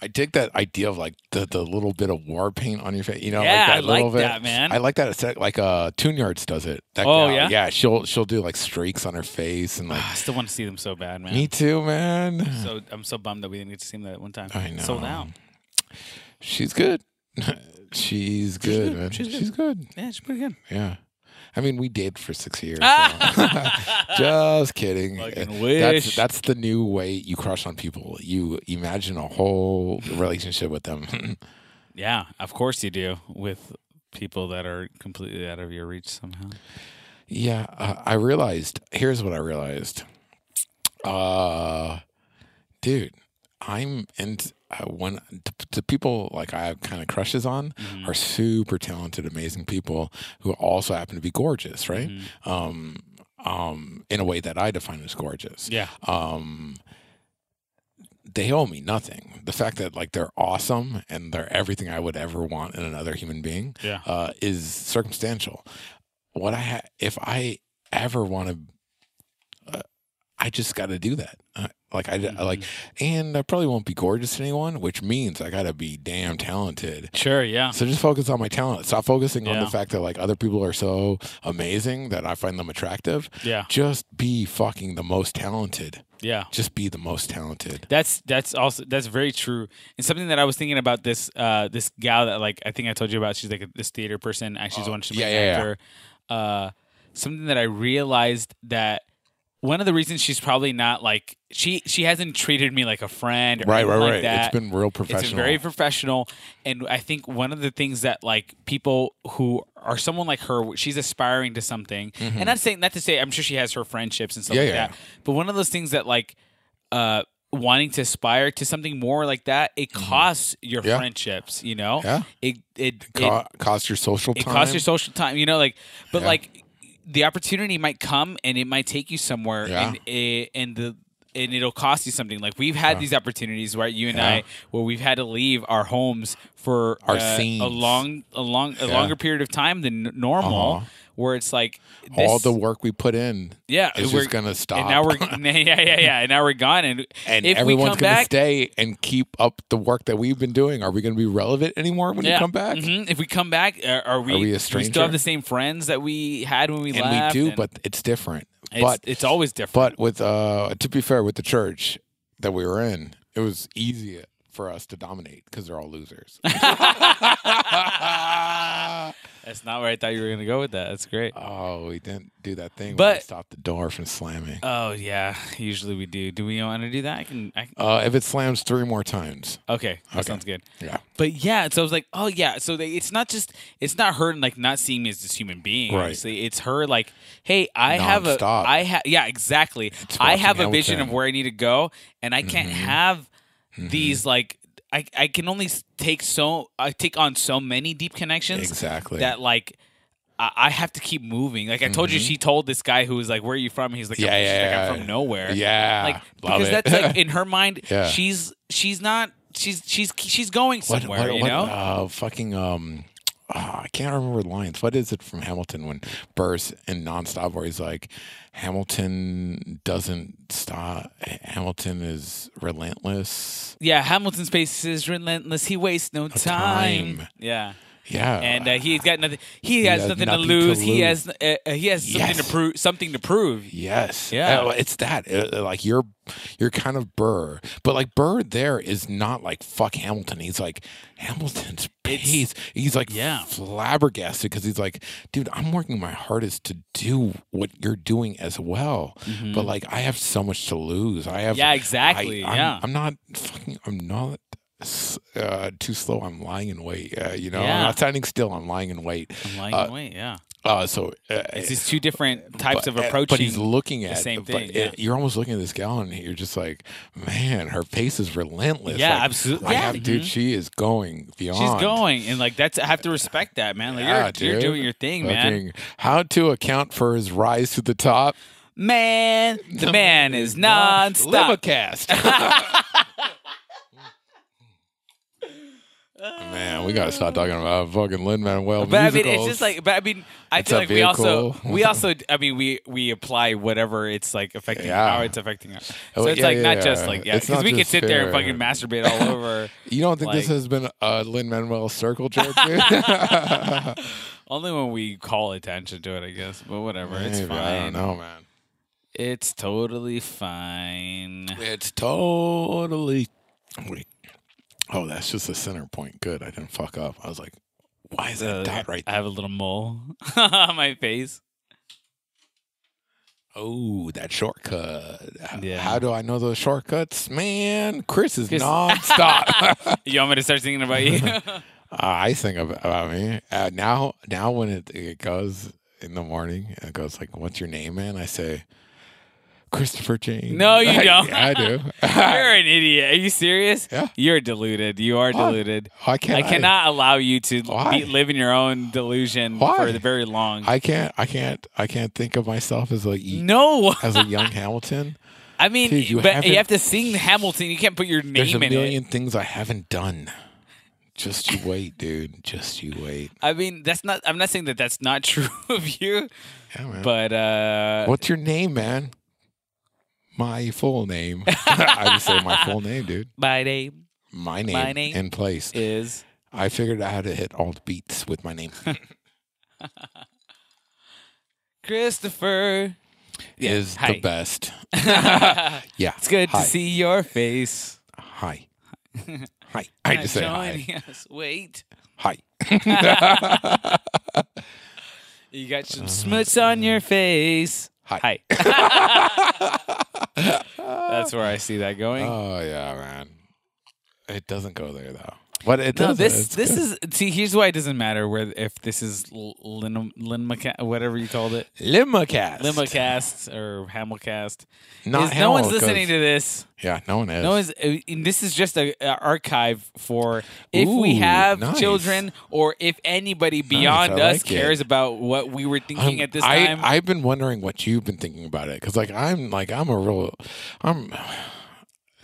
i dig that idea of like the, the little bit of war paint on your face you know
yeah, I
like that little
like
bit
that, man.
I like that aesthetic. Like uh, Toon Yards does it. That
Oh,
gal,
yeah?
She'll she'll do like streaks on her face and like. *sighs*
Ah, I still want to see them so bad, man.
Me too, man.
So I'm so bummed that we didn't get to see them that one time.
*sighs* I know.
Sold out.
She's good. *laughs* she's good,
good.
man.
She's
She's
good.
good.
Yeah, it's pretty good.
Yeah. I mean, we did for six years. *laughs* so. Just kidding.
Fucking wish.
That's that's the new way you crush on people. You imagine a whole relationship with them. *laughs*
yeah, of course you do with people that are completely out of your reach somehow.
Yeah, uh, I realized. Here's what I realized. Uh, dude, I'm and uh, when the, the people like I have kind of crushes on
Mhm.
are super talented, amazing people who also happen to be gorgeous, right?
Mhm.
Um, um, in a way that I define as gorgeous
Yeah.
um they owe me nothing. The fact that like they're awesome and they're everything I would ever want in another human being
Yeah.
uh, is circumstantial. What I ha- if I ever want to, uh, I just got to do that. Uh, like I I like,
Mm-hmm.
and I probably won't be gorgeous to anyone, which means I got to be damn talented.
Sure, yeah.
So just focus on my talent. Stop focusing on
Yeah.
the fact that like other people are so amazing that I find them attractive.
Yeah.
Just be fucking the most talented
Yeah.
just be the most talented.
That's that's also that's very true. And something that I was thinking about this uh this gal that like I think I told you about. She's like a, this theater person. Actually, she's
Oh,
one she's
yeah,
an
yeah, yeah.
actor. Uh, something that I realized that one of the reasons she's probably not like she she hasn't treated me like a friend or
Right,
anything
right,
like
right.
that.
It's been real professional.
It's very professional, and I think one of the things that like people who are someone like her, she's aspiring to something, and not saying not to say I'm sure she has her friendships and stuff
Mm-hmm. Yeah,
like
yeah.
that, but one of those things that like uh wanting to aspire to something more like that, it costs your
Mm-hmm. Yeah.
friendships, you know,
Yeah.
it it
Co- cost your social
it, it
time.
costs your social time, you know, like but
Yeah.
like the opportunity might come and it might take you somewhere,
Yeah.
and it, and the and it'll cost you something. Like we've had these opportunities, right? You and
Yeah.
I, where we've had to leave our homes for
Our
uh,
scenes.
a long, a long, a
Yeah.
longer period of time than n- normal.
Uh-huh.
Where it's like
All
this-
the work we put in
yeah,
is
we're-
just going to stop.
and now we're *laughs* yeah yeah yeah, and now we're gone, and
*laughs* And
if we
everyone's
come
going to
back,
stay and keep up the work that we've been doing. Are we going to be relevant anymore *laughs* when
yeah,
you come back?
mhm, if we come back, are, are we?
Are we a
still
stranger?
have the same friends that we had when we
And
left.
we do,
and
but it's different.
it's,
but
it's always different.
but with uh, to be fair, with the church that we were in, it was easy for us to dominate because they're
*laughs*
all losers.
That's not where I thought you were gonna go with that. That's great.
oh, we didn't do that thing. where
But-
we stopped the door from slamming.
Oh yeah, usually we do. Do we want to do that? I can. I can
Uh, if it slams three more times,
okay, that
Okay.
sounds good.
yeah.
But yeah, so I was like, oh yeah. So they, it's not just it's not her like not seeing me as this human being.
Right.
Obviously, it's her like, hey, I have a,
Nonstop.
I have yeah, exactly. I
watching
have a vision
Hamilton.
of where I need to go, and I can't
Mhm.
have
Mm-hmm.
these like. I, I can only s- take so I take on so many deep connections
Exactly. Mm-hmm.
that like I, I have to keep moving. Like I told you, she told this guy who was like, "Where are you from?" He's like,
Yeah,
"I'm, she's
yeah,
like, I'm
yeah.
from nowhere."
yeah.
like
love *laughs*
because
it.
that's like in her mind,
Yeah.
she's she's not she's she's she's going
What-
somewhere,
what-
you
what,
know.
uh, fucking um, ah, I can't remember the lines. What is it from Hamilton when Burrs and nonstop where he's like, Hamilton doesn't stop. Hamilton is relentless.
yeah, Hamilton's pace is relentless. He wastes no time.
time.
Yeah,
Yeah,
and uh, he's got nothing. He, has,
has
nothing,
nothing
to,
to
lose. He
lose.
has uh, uh, he has something
Yes.
to prove. Something to prove.
Yes.
Yeah.
Uh, It's that. Uh, like you're, you're kind of Burr, but like Burr there is not like fuck Hamilton. He's like Hamilton's *laughs*
It's-
pace. He's like
Yeah.
flabbergasted because he's like, dude, I'm working my hardest to do what you're doing as well, but like I have so much to lose. I have.
Mm. Yeah,
Mm-hmm. I-
exactly.
I'm,
yeah.
I'm not fucking. I'm not. s- Uh, too slow. I'm lying in wait. Uh, you know,
Yeah.
I'm not standing still. I'm lying in wait.
I'm lying
uh,
in wait, yeah.
Uh, so uh,
It's these two different types
but-
of
uh, But he's
approaching.
looking at
same
but
thing, yeah.
you're almost looking at this gal, and you're just like, man, her pace is relentless.
yeah,
like,
absolutely.
I
yeah, mm-hmm.
have, dude, she is going beyond.
She's going, and like that's I have to respect that, man. Like
Yeah,
you're, you're
dude.
doing your thing, man.
Fucking- How to account for his rise to the top?
Man, the man is nonstop.
Limacast. *laughs* man, we gotta stop talking about fucking Lin Manuel
But I mean,
musicals.
it's just like, but I mean, I
It's
feel
a
like we also,
vehicle.
we also, I mean, we we apply whatever it's like affecting
Yeah.
how it's affecting us.
Oh,
So it's
yeah,
like
yeah,
not
yeah.
just like yeah,
It's
because
not
we could
just
sit there and
fair.
fucking masturbate all over.
*laughs* you don't think
like-
this has been a Lin Manuel circle jerk?
*laughs*
Dude?
Only when we call attention to it, I guess. But whatever, it's
Maybe,
fine.
I don't know, man.
It's totally fine.
It's totally. Wait. Oh, that's just the center point. Good. I didn't fuck up. I was like, why is that
Uh,
dot right
I
there?
have a little mole *laughs* on my face.
Oh, that shortcut. H-
Yeah.
How do I know those shortcuts? Man, Chris is
Chris- *laughs*
nonstop. uh,
You want me to start singing
*laughs*
about you? *laughs*
I think ab- about me. Uh, now, now when it, it goes in the morning, it goes like, what's your name, man? I say, Christopher James.
No,
*laughs*
you don't.
yeah, I do.
You're an idiot. Are you serious?
Yeah.
You're deluded. You are
Why?
deluded.
I can't.
I cannot allow you to
Why?
be, live in your own delusion
Why?
for the very long.
I can't. I can't. I can't think of myself as like
no,
as a
*laughs*
young Hamilton.
I mean,
Dude, you
but
haven't-
you have to sing Hamilton. You can't put your name
There's a
in it.
million things I haven't done. Just you wait, dude. Just you wait.
I mean, that's not. I'm not saying that that's not *laughs* true of you,
Yeah, man.
but uh,
What's your name, man? My full name. *laughs* I just say my full name, dude.
my name
My name,
My name
in place.
is
I figured out how to hit all the beats with
*laughs*
my name.
Christopher.
Is
hi. *laughs*
the best.
it's
Yeah.
good
hi.
to see your face. *laughs*
Hi. Hi. I just say hi.
joining us. Wait.
Hi.
You got some smuts on your face.
Mm-hmm. Hi.
*laughs* That's where I see that going.
Oh yeah, man. It doesn't go there though. But it does.
no, this
It's
this
good.
is see. Here's why it doesn't matter where if this is L- Lin Lin Maca- whatever you called it,
Limacast.
Limacast or Hamilcast.
Not
Is- no one's
Hamilcast.
listening to this.
Yeah, no one is.
No one's. uh, and This is just a, a archive for if we
Ooh,
have
nice.
children or if anybody beyond
I
us
like it.
cares about what we were
I'm-
thinking at this
I,
time.
I've been wondering what you've been thinking about it because, like, I'm like I'm a real, I'm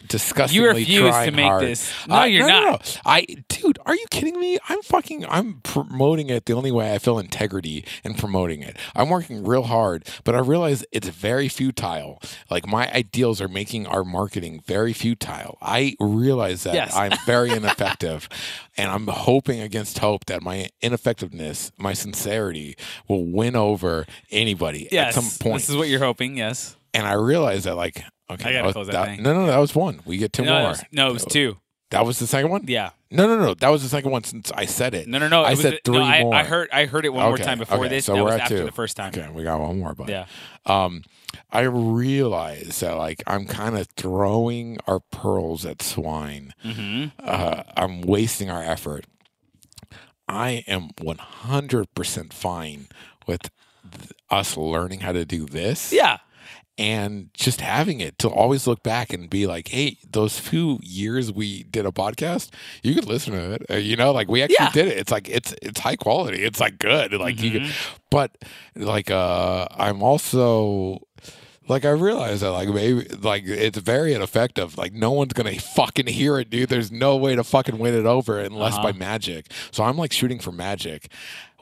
disgustingly
You refuse
trying
to make
hard.
this. No,
I-
you're
no, no,
not.
no. I, dude, are you kidding me? I'm fucking. I'm promoting it the only way I feel integrity and promoting it. I'm working real hard, but I realize it's very futile. Like my ideals are making our marketing very futile. I realize that
Yes.
I'm
*laughs*
very ineffective, and I'm hoping against hope that my ineffectiveness, my sincerity, will win over anybody
yes,
at some point.
this is what you're hoping. Yes.
and I realize that, like, okay,
I gotta
was-
close that thing.
no, no, that was one. We get two
no, it
more.
was, no, it was two.
That was the second one.
Yeah.
No, no, no. That was the second one since I said it.
No, no, no. it
I
was
said
the-
three
no, I,
more.
I heard. I heard it one more
Okay,
time before
okay,
this.
so
that
we're
was
at
after
two.
the first time.
Okay, we got one more, but
Yeah.
um, I realize that like I'm kind of throwing our pearls at swine.
Mm-hmm.
Uh, I'm wasting our effort. I am 100% fine with th- us learning how to do this
Yeah.
and just having it to always look back and be like, hey, those few years we did a podcast, you could listen to it. Uh, you know, like we actually
Yeah.
did it. It's like it's it's high quality.
Mm-hmm.
It's like good. Like you could, but like uh I'm also Like I realize that like maybe like it's very ineffective. Like no one's gonna fucking hear it, dude. There's no way to fucking win it over unless
Uh-huh.
by magic. So I'm like shooting for magic,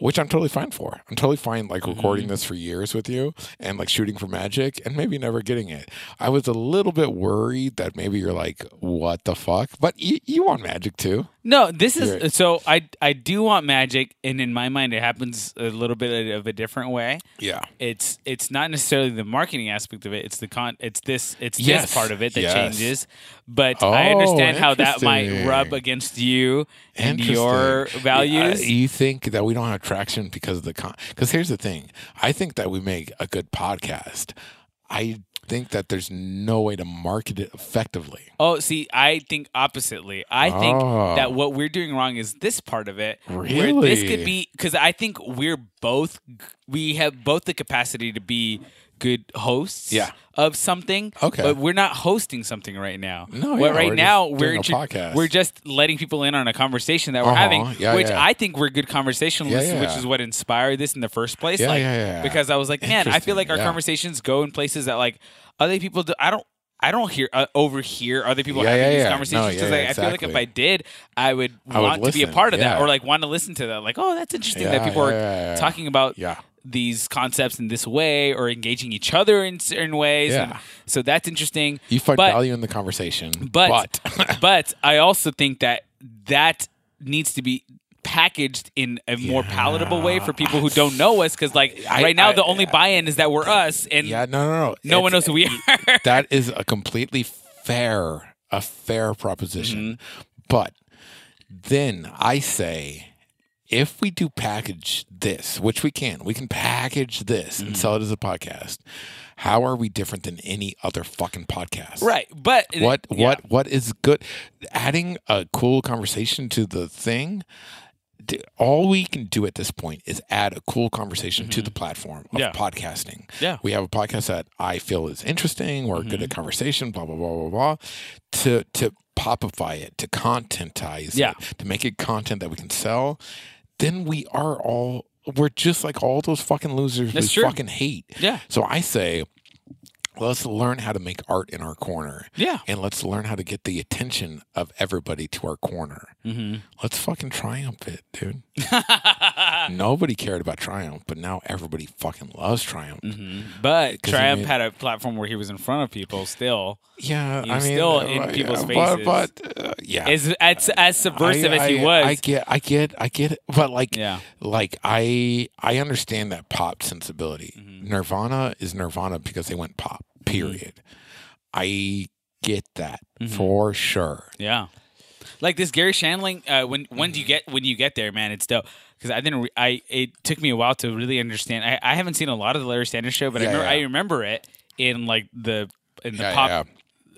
which I'm totally fine for. I'm totally fine like recording this for years with you and like shooting for magic and maybe never getting it. I was a little bit worried that maybe you're like, what the fuck? But you, you want magic too.
No, this is
You're-
so I I do want magic, and in my mind, it happens a little bit of a different way.
Yeah.
It's it's not necessarily the marketing aspect of it. It's the con. It's this. It's
Yes.
this part of it that
Yes.
changes. But
Oh,
I understand how that might
interesting.
rub against you and
Interesting.
your
Yeah,
values.
I- you think that we don't have traction because of the con? Because here's the thing: I think that we make a good podcast. I think that there's no way to market it effectively.
Oh, see, I think oppositely. I think
Oh.
that what we're doing wrong is this part of it. Where this could
Really?
be because I think we're both we have both the capacity to be good hosts
Yeah.
of something.
Okay.
But we're not hosting something right now.
No,
Well,
yeah,
right
we're
now
just
we're
doing a
ju-
podcast.
we're just letting people in on a conversation that we're
Uh-huh.
having,
Yeah,
which
yeah.
I think we're good conversationalists,
Yeah, yeah.
which is what inspired this in the first place.
Yeah,
like
yeah, yeah.
because I was like, man, I feel
Interesting,
like our
yeah.
conversations go in places that like other people do. I don't. I don't hear uh, overhear other people
Yeah,
having
yeah,
these
yeah. No,
conversations
yeah,
because
yeah,
like, I feel like if
exactly.
I did, I would
I would
want to be a
listen,
part of that
yeah.
or like want to listen to that. Like, oh, that's interesting that
Yeah,
people
yeah,
are
yeah, yeah.
talking about
Yeah.
these concepts in this way or engaging each other in certain ways.
Yeah.
And so that's interesting.
You find
But-
value in the conversation,
But *laughs*
but
but, I also think that that needs to be packaged in a more palatable way for people who don't know us because like
I-
right now
I-
the only buy-in is that we're us and
yeah, no, no, no.
no one
It's-
knows who we are.
that is a completely fair a fair proposition
Mm-hmm.
but then i say if we do package this which we can we can package this
Mm-hmm.
and sell it as a podcast how are we different than any other fucking
*laughs*
podcast
right. But
what
yeah.
what what is good adding a cool conversation to the thing d- all we can do at this point is add a cool conversation to the platform of
Mm-hmm. Yeah.
podcasting.
Yeah.
We have a podcast that I feel is interesting, we're good at
Mm-hmm.
conversation, blah blah blah blah blah. To to popify it, to contentize
Yeah.
it, to make it content that we can sell, then we are all we're just like all those fucking losers
That's
we
true.
fucking hate.
Yeah.
So I say let's learn how to make art in our corner
Yeah.
and let's learn how to get the attention of everybody to our corner.
Mm-hmm.
Let's fucking triumph it,
*laughs*
dude. Nobody cared about triumph, but now everybody fucking loves triumph. Mm-hmm.
But
'Cause he
Triumph
made-
had a platform where he was in front of people still.
Yeah,
You're
I mean,
still in
uh,
people's
yeah,
faces.
But, but uh, yeah,
As, as, as subversive
I-
as he
I-
was.
I get, I get, I get. it. But like,
yeah.
like I, I understand that pop sensibility.
Mm-hmm.
Nirvana is Nirvana because they went pop. Period. I get that
Mhm.
for sure.
Yeah. Like this Gary Shandling, uh, when when
Mm-hmm.
do you get when you get there, man? It's dope because I didn't. Re- I it took me a while to really understand. I, I haven't seen a lot of the Larry Sanders Show, but I,
Yeah,
remember,
yeah.
I remember it in like the in the
Yeah,
pop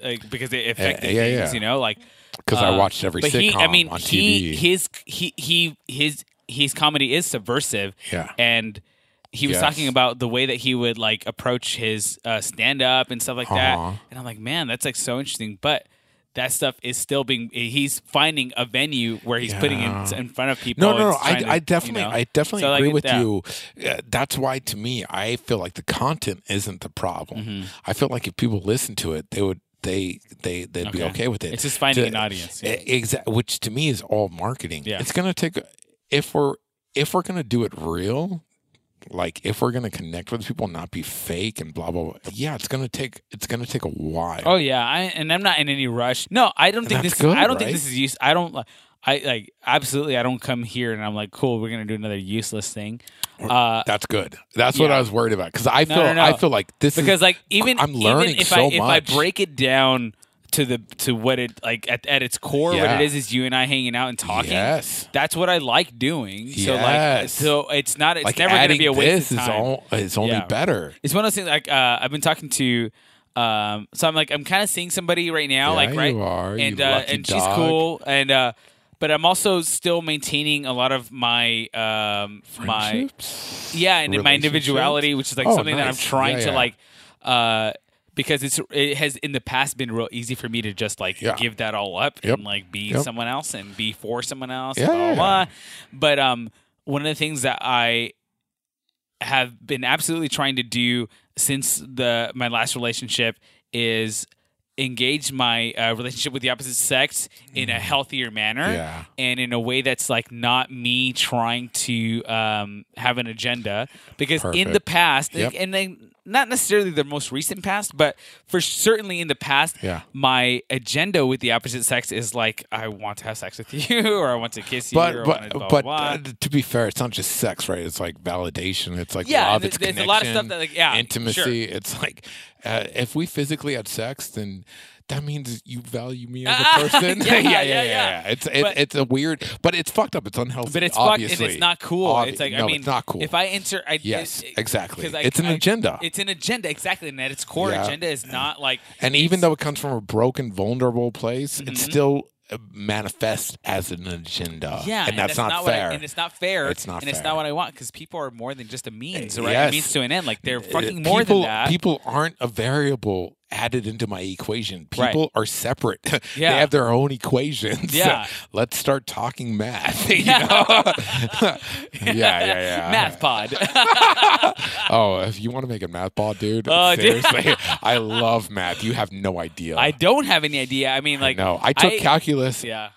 Like, because it affected
yeah,
things,
yeah.
you know, like
Because I
Um,
watched every
but
sitcom
he, I mean,
on
he
TV.
his he he his his comedy is subversive,
yeah.
and he was
Yes.
talking about the way that he would like approach his uh, stand up and stuff like that.
Uh-huh.
And I'm like, man, that's like so interesting. But that stuff is still being he's finding a venue where he's putting it
Yeah.
in front of people.
No, no,
and
no. I,
trying to,
I
you
definitely,
know.
I definitely
So, like,
agree
it-
with
yeah.
you. Uh, That's why, to me, I feel like the content isn't the problem.
Mm-hmm.
I feel like if people listen to it, they would, they, they, they'd be
Okay.
okay with it.
It's just finding
To-
an audience. Yeah.
Exactly, which to me is all marketing.
Yeah.
It's gonna take if we're if we're gonna do it real, like if we're gonna connect with people, not be fake and blah blah. blah yeah, it's gonna take it's gonna take a while.
Oh yeah, I, and I'm not in any rush. No, I don't think
that's
this.
good,
I don't think
right?
this is use. I don't. li- I like absolutely. I don't come here and I'm like, cool. We're gonna do another useless thing. Uh,
That's good. That's what
Yeah.
I was worried about because I
No,
feel
no, no.
I feel like this
because
is
like even
I'm learning
even if I
so
if I
much.
break it down to the to what it like at, at its core,
Yeah.
what it is is you and I hanging out and talking.
yes.
That's what I like doing. So like
Yes.
so it's not it's
like
never gonna
adding
be a waste
this
of time.
is all is only
Yeah.
better.
It's one of those things like uh, I've been talking to. Um, so I'm like I'm kind of seeing somebody right now,
Yeah,
like right,
you are, you
and uh,
lucky
and she's
dog.
cool, and uh, but I'm also still maintaining a lot of my um my
Friendships?
yeah and my
Relationships?
individuality, which is like
Oh,
something that I'm
nice.
trying
Yeah,
to
yeah.
like uh because it's it has in the past been real easy for me to just like
Yeah.
give that all up
Yep.
and like be
Yep.
someone else and be for someone else,
Yeah,
blah,
yeah,
blah, blah. but um one of the things that I have been absolutely trying to do since the my last relationship is engage my uh, relationship with the opposite sex in a healthier manner
Mm. Yeah.
and in a way that's like not me trying to um, have an agenda because in the
Perfect.
past
Yep.
and then not necessarily the most recent past but for certainly in the past
Yeah.
my agenda with the opposite sex is like i want to have sex with *laughs* you or i want to kiss you or I
But but
wanna blah,
but
blah,
uh,
blah.
to be fair, it's not just sex, right? It's like validation. It's like
Yeah,
love.
th-
It's
there's
connection.
a lot of stuff that, like, yeah,
intimacy.
sure.
It's like uh, if we physically had sex, then that means you value me
*laughs*
as a person. *laughs*
yeah, yeah, yeah.
It's it,
But-
it's a weird, but it's fucked up. It's unhealthy.
but it's fucked
obviously.
and it's not cool.
Obvi-
it's like
no,
I mean,
it's not cool.
If I enter, I,
Yes,
it- it-
exactly.
'cause I-
It's an
I-
agenda.
It's an agenda, exactly. And at its core,
Yeah.
agenda is not like
and even though it comes from a broken, vulnerable place, it
Mm-hmm.
still uh, manifests as an agenda.
yeah,
and, that's, not,
what I-
fair.
and it's not fair.
It's not
and it's
fair.
not what I want because people are more than just a means, right?
yes.
A means to an end. Like they're
Uh,
fucking more
people,
than *laughs* that.
People aren't a variable added into my equation.
Right.
People are separate. *laughs*
Yeah.
they have their own equations. *laughs*
Yeah.
Let's start talking math. *laughs*
*laughs*
you know? yeah, yeah, yeah.
Math pod. *laughs*
Oh, if you want to make a math ball, dude,
Oh, dude.
seriously, *laughs* I love math. You have no idea.
I don't have any idea. I mean, like
no, I took
I-
calculus
yeah.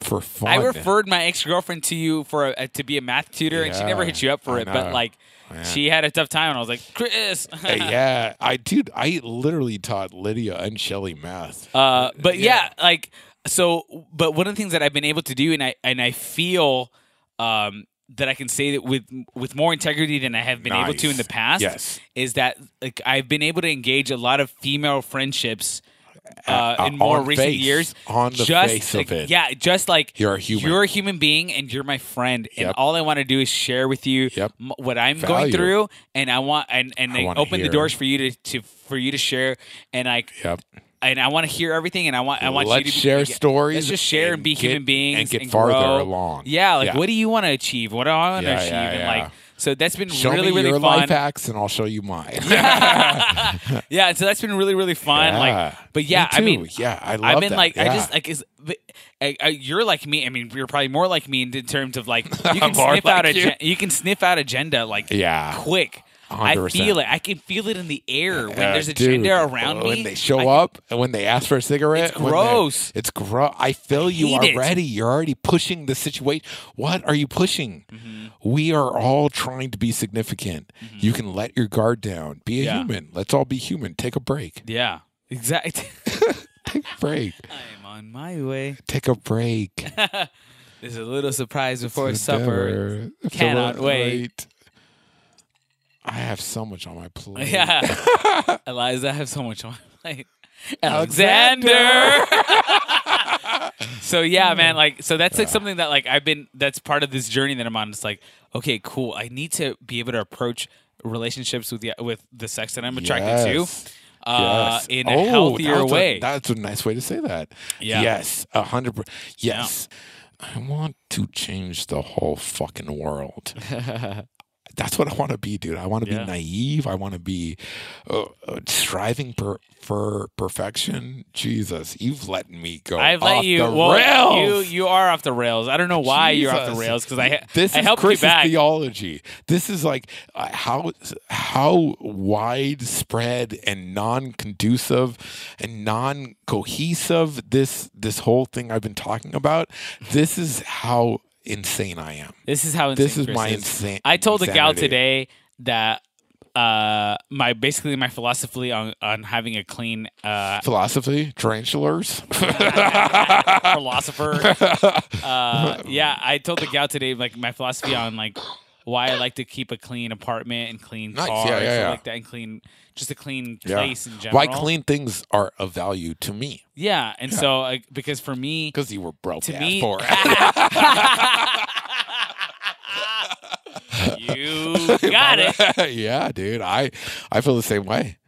for fun.
I referred my ex girlfriend to you for a, to be a math tutor, and she never
Yeah,
hit you up for
I
it.
know.
But like,
Yeah. *laughs*
she had a tough time, and I was like, Chris. *laughs*
Uh, yeah, I dude, I literally taught Lydia and Shelly math.
Uh, but yeah.
Yeah.
like so. But one of the things that I've been able to do, and I and I feel um, that I can say that with with more integrity than I have been able to in
Nice.
the past,
Yes.
is that like I've been able to engage a lot of female friendships uh,
Uh,
in more
on
recent
face,
years.
on the
just
face
like,
of it.
yeah, just like
You're a human.
You're a human being, and you're my friend. And
Yep.
all I want to do is share with you
Yep.
m- what I'm going
Value.
through, and I want and and
I
they
wanna
open the
hear.
doors for you to, to for you to share, and like
Yep.
and I want to hear everything, and I want I want
Let's
you to be,
share
like,
stories
Let's just share and,
and
be
get-
human beings
and get farther
grow.
along.
Yeah, like
Yeah.
what do you want to achieve? What do I want to
Yeah,
achieve?
yeah,
And
yeah.
like so that's been
Show
really
me
really
your
fun.
life hacks, and I'll show you
*laughs*
mine. *laughs*
yeah, so that's been really really fun. Like, but yeah,
Me
I mean,
too. yeah, I love
I've been
that.
like I
Yeah.
just like is. but- I, I, you're like me. I mean, you're probably more like me in terms of
*laughs*
like you can
More
sniff out
like you.
agen- you can sniff out agenda like
Yeah.
quick. I
100%.
feel it. I can feel it in the air when
Uh,
there's
dude,
agenda around me.
When they show
I-
up and when they ask for a cigarette,
It's
when they-
gross.
It's gross. I feel you
hate it.
already. You're already pushing the situation. What are you pushing? We are all trying to be significant. You can let your guard down. Be
Mm-hmm.
a
Yeah.
human. Let's all be human. Take a break.
Yeah, exactly.
Take a break.
*laughs* I'm on my way.
Take a break.
There's a little surprise before
It's
supper.
never- *laughs* it's
Cannot
never
wait.
late. I have so much on my plate.
*laughs*
*laughs*
Yeah. Eliza, I have so much *laughs* on my plate. Alexander.
Alexander.
*laughs* so yeah, man, like so that's like something that like I've been that's part of this journey that I'm on. It's like, okay, cool. I need to be able to approach relationships with the with the sex that I'm attracted
Yes.
to. Uh,
Yes.
in a
Oh,
healthier
that's a-
way.
that's a nice way to say that.
Yeah.
Yes, a hundred percent. Yes, I want to change the whole fucking world. that's what I want to be, dude. I want to
Yeah.
be naive. I want to be uh, uh, striving per, for perfection. Jesus, you've let me go.
*laughs* I've let
off
you.
The
well,
rails.
You you are off the rails. I don't know why you're off the
Jesus.
rails because I
This
I
is
helped
Chris's
you back.
theology. This is like uh, how how widespread and non-conducive and non-cohesive this this whole thing I've been talking about. This is how insane I am.
This is how insane
This is
Chris
my insane.
I told a gal
insanity.
today that uh my basically my philosophy on on having a clean uh
philosophy tarantulas.
philosopher
*laughs*
uh yeah i told the gal today like my philosophy on like why i like to keep a clean apartment and clean
Nice.
car
Yeah,
and
yeah,
stuff
yeah.
like that and clean just a clean
Yeah.
place in general
*laughs* Why clean things are of value to me
yeah and so like because for
*laughs*
me
because you were broke
To
ass
me-
poor.
you *laughs* got it
*laughs* yeah, dude. I I feel the same way.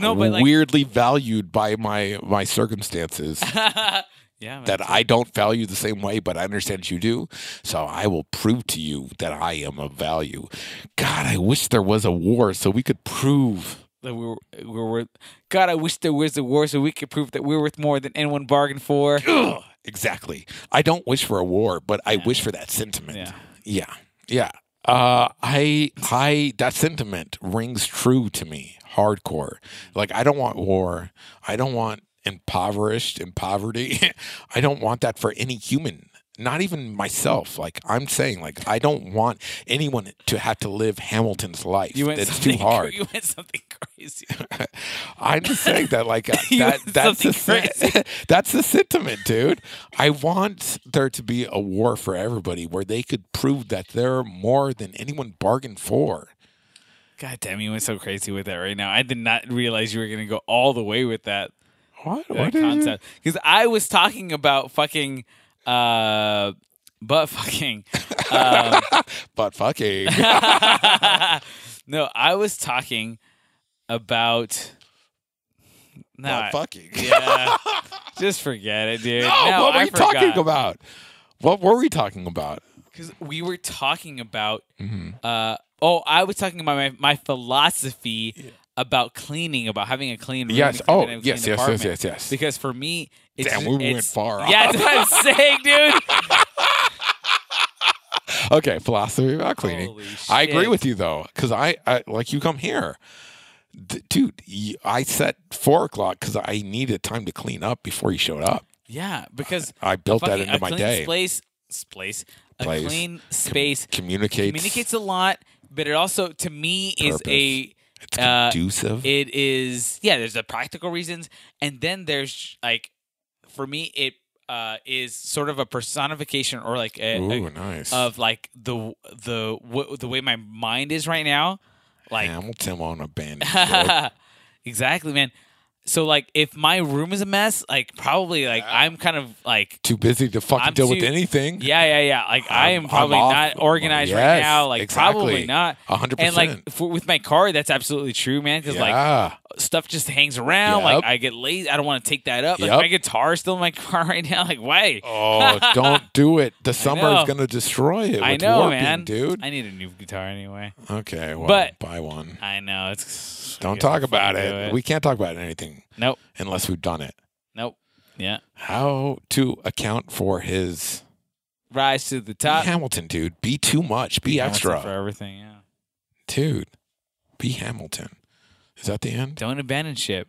no but like
weirdly valued by my my circumstances
*laughs* yeah man.
that I don't value the same way, but I understand you do. So I will prove to you that I am of value. God, I wish there was a war so we could prove.
that we were, we were worth. God, I wish there was a war so we could prove that we're worth more than anyone bargained for.
Ugh, exactly. I don't wish for a war, but I wish for that sentiment.
Yeah.
Yeah. Yeah. Uh, I I that sentiment rings true to me, hardcore. Like I don't want war. I don't want impoverished and poverty. *laughs* I don't want that for any human. Not even myself. Like I'm saying, like I don't want anyone to have to live Hamilton's life.
*laughs* You went
That's too
something-
hard.
You went something crazy.
I'm just saying that,
*laughs*
like, uh,
You
that,
went
that's the
something
sen- *laughs* that's the sentiment, dude. I want there to be a war for everybody, where they could prove that they're more than anyone bargained for.
*laughs* God damn, you went so crazy with that right now. I did not realize you were going to go all the way with that,
What?
that concept. Because I was talking about fucking, uh, butt fucking. Um, *laughs*
But fucking.
no, I was talking about. No,
but
I-
fucking.
yeah, just forget it, dude.
*laughs* No,
No,
what were
I
we talking
forgot.
about? What were we talking about?
Because we were talking about.
Mhm.
Uh, oh, I was talking about my, my philosophy about cleaning, about having a clean room.
Yes.
and
Oh,
clean- and a clean
yes, yes, yes,
apartment.
yes, yes.
Because for me, it's
Damn,
ju-
we went
it's-
far off.
Yeah, that's what I'm
*laughs*
saying, dude.
Okay, philosophy about cleaning.
Holy
I agree
shit.
with you though, because I, I like you come here, D- dude. y- I set four o'clock because I needed time to clean up before you showed up.
Yeah, because
I built that
fucking
into
a
my
clean
day.
Place, place, a
Place.
clean space
Communicates.
communicates a lot, but it also to me is a
It's
uh,
conducive.
it is yeah. There's the practical reasons, and then there's like for me it uh, is sort of a personification or like a, a-
Ooh, nice.
uh, of like the the w- the way my mind is right now, like
Hamilton on a band.
*laughs* exactly, man. So like if my room is a mess, like probably like I'm kind of like
too busy to fucking
I'm
deal with
too-
anything.
yeah, yeah, yeah. Like I
I'm-
am probably
I'm off.
not organized right
Yes,
now. Like probably
exactly.
not.
A hundred
And like
percent.
for, with my car, that's absolutely true, man. Because like
yeah.
*laughs* stuff just hangs around.
Yep.
Like I get lazy. I don't want to take that up. Like
Yep.
my guitar's still in my *laughs* car right now. Like why?
oh, don't do it. The summer
know.
is gonna destroy it.
I
with
know,
warping,
man.
dude.
I need a new guitar anyway.
Okay, well,
But-
buy one.
I know. It's
Don't
Yeah,
talk
fucking
about
do
it. We can't talk about anything
nope.
unless we've done it.
Nope. Yeah.
How to account for his
Rise to the top.
Hamilton, dude. Be too much. Be
Hamilton
extra,
for everything. Yeah.
dude. Be Hamilton. Is that the end?
Don't abandon ship.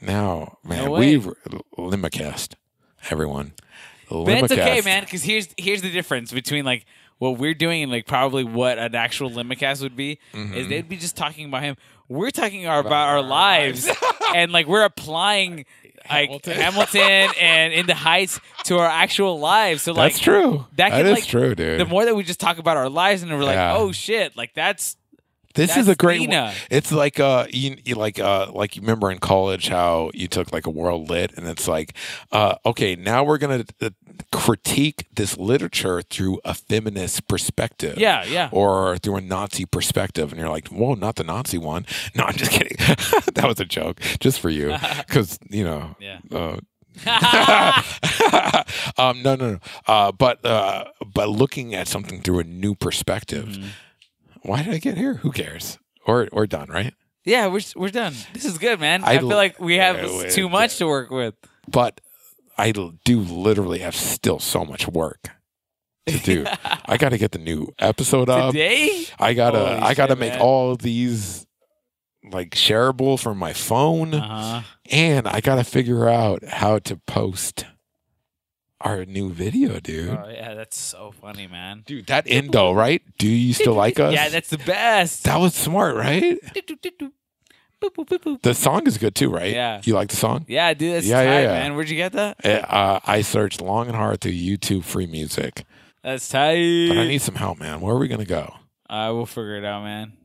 No, man.
No way.
we've Limacast, everyone.
But it's okay,
Limacast.
man, because here's here's the difference between like what we're doing and like probably what an actual limacast would be is
Mm-hmm.
they'd be just talking about him. We're talking our, about our lives,
*laughs*
and like we're applying like
Hamilton.
Hamilton and In the Heights to our actual lives. So like
That's true.
that
that
could,
is
like,
true, dude.
the more that we just talk about our lives and we're like,
Yeah.
oh shit, like that's
This is
That's
a great.
Dina.
one. It's like uh, you, you like uh, like you remember in college how you took like a world lit, and it's like, uh, okay, now we're gonna uh, critique this literature through a feminist perspective.
yeah, yeah.
Or through a Nazi perspective, and you're like, "Whoa, not the Nazi one." *laughs* No, I'm just kidding. that was a joke, just for you, because you know.
Yeah.
Uh, *laughs* um, no, no, no. Uh, but uh, but looking at something through a new perspective.
Mm-hmm.
Why did I get here? Who cares? Or or done, right?
Yeah, we're we're done. This is good, man.
I
I, feel
l-
like we have
Yeah, we-
too much to work with.
But I l- do literally have still so much work to
*laughs*
do. I got to get the new episode up. *laughs*
Today?
I gotta
Holy
I gotta
shit,
make
man.
all these like shareable from my phone,
Uh-huh.
and I gotta figure out how to post our new video, dude.
Oh yeah, that's so funny, man.
Dude, that endo, right? Do you still like us?
*laughs* Yeah, that's the best.
that was smart, right?
Boop, boop, boop, boop.
The song is good too, right?
Yeah.
You like the song?
Yeah, dude, that's tight,
Yeah, yeah, yeah.
man. Where'd you get that?
Uh, I searched long and hard through YouTube free music,
That's
but I
tight.
need some help, man. Where are we gonna go?
I will figure it out, man.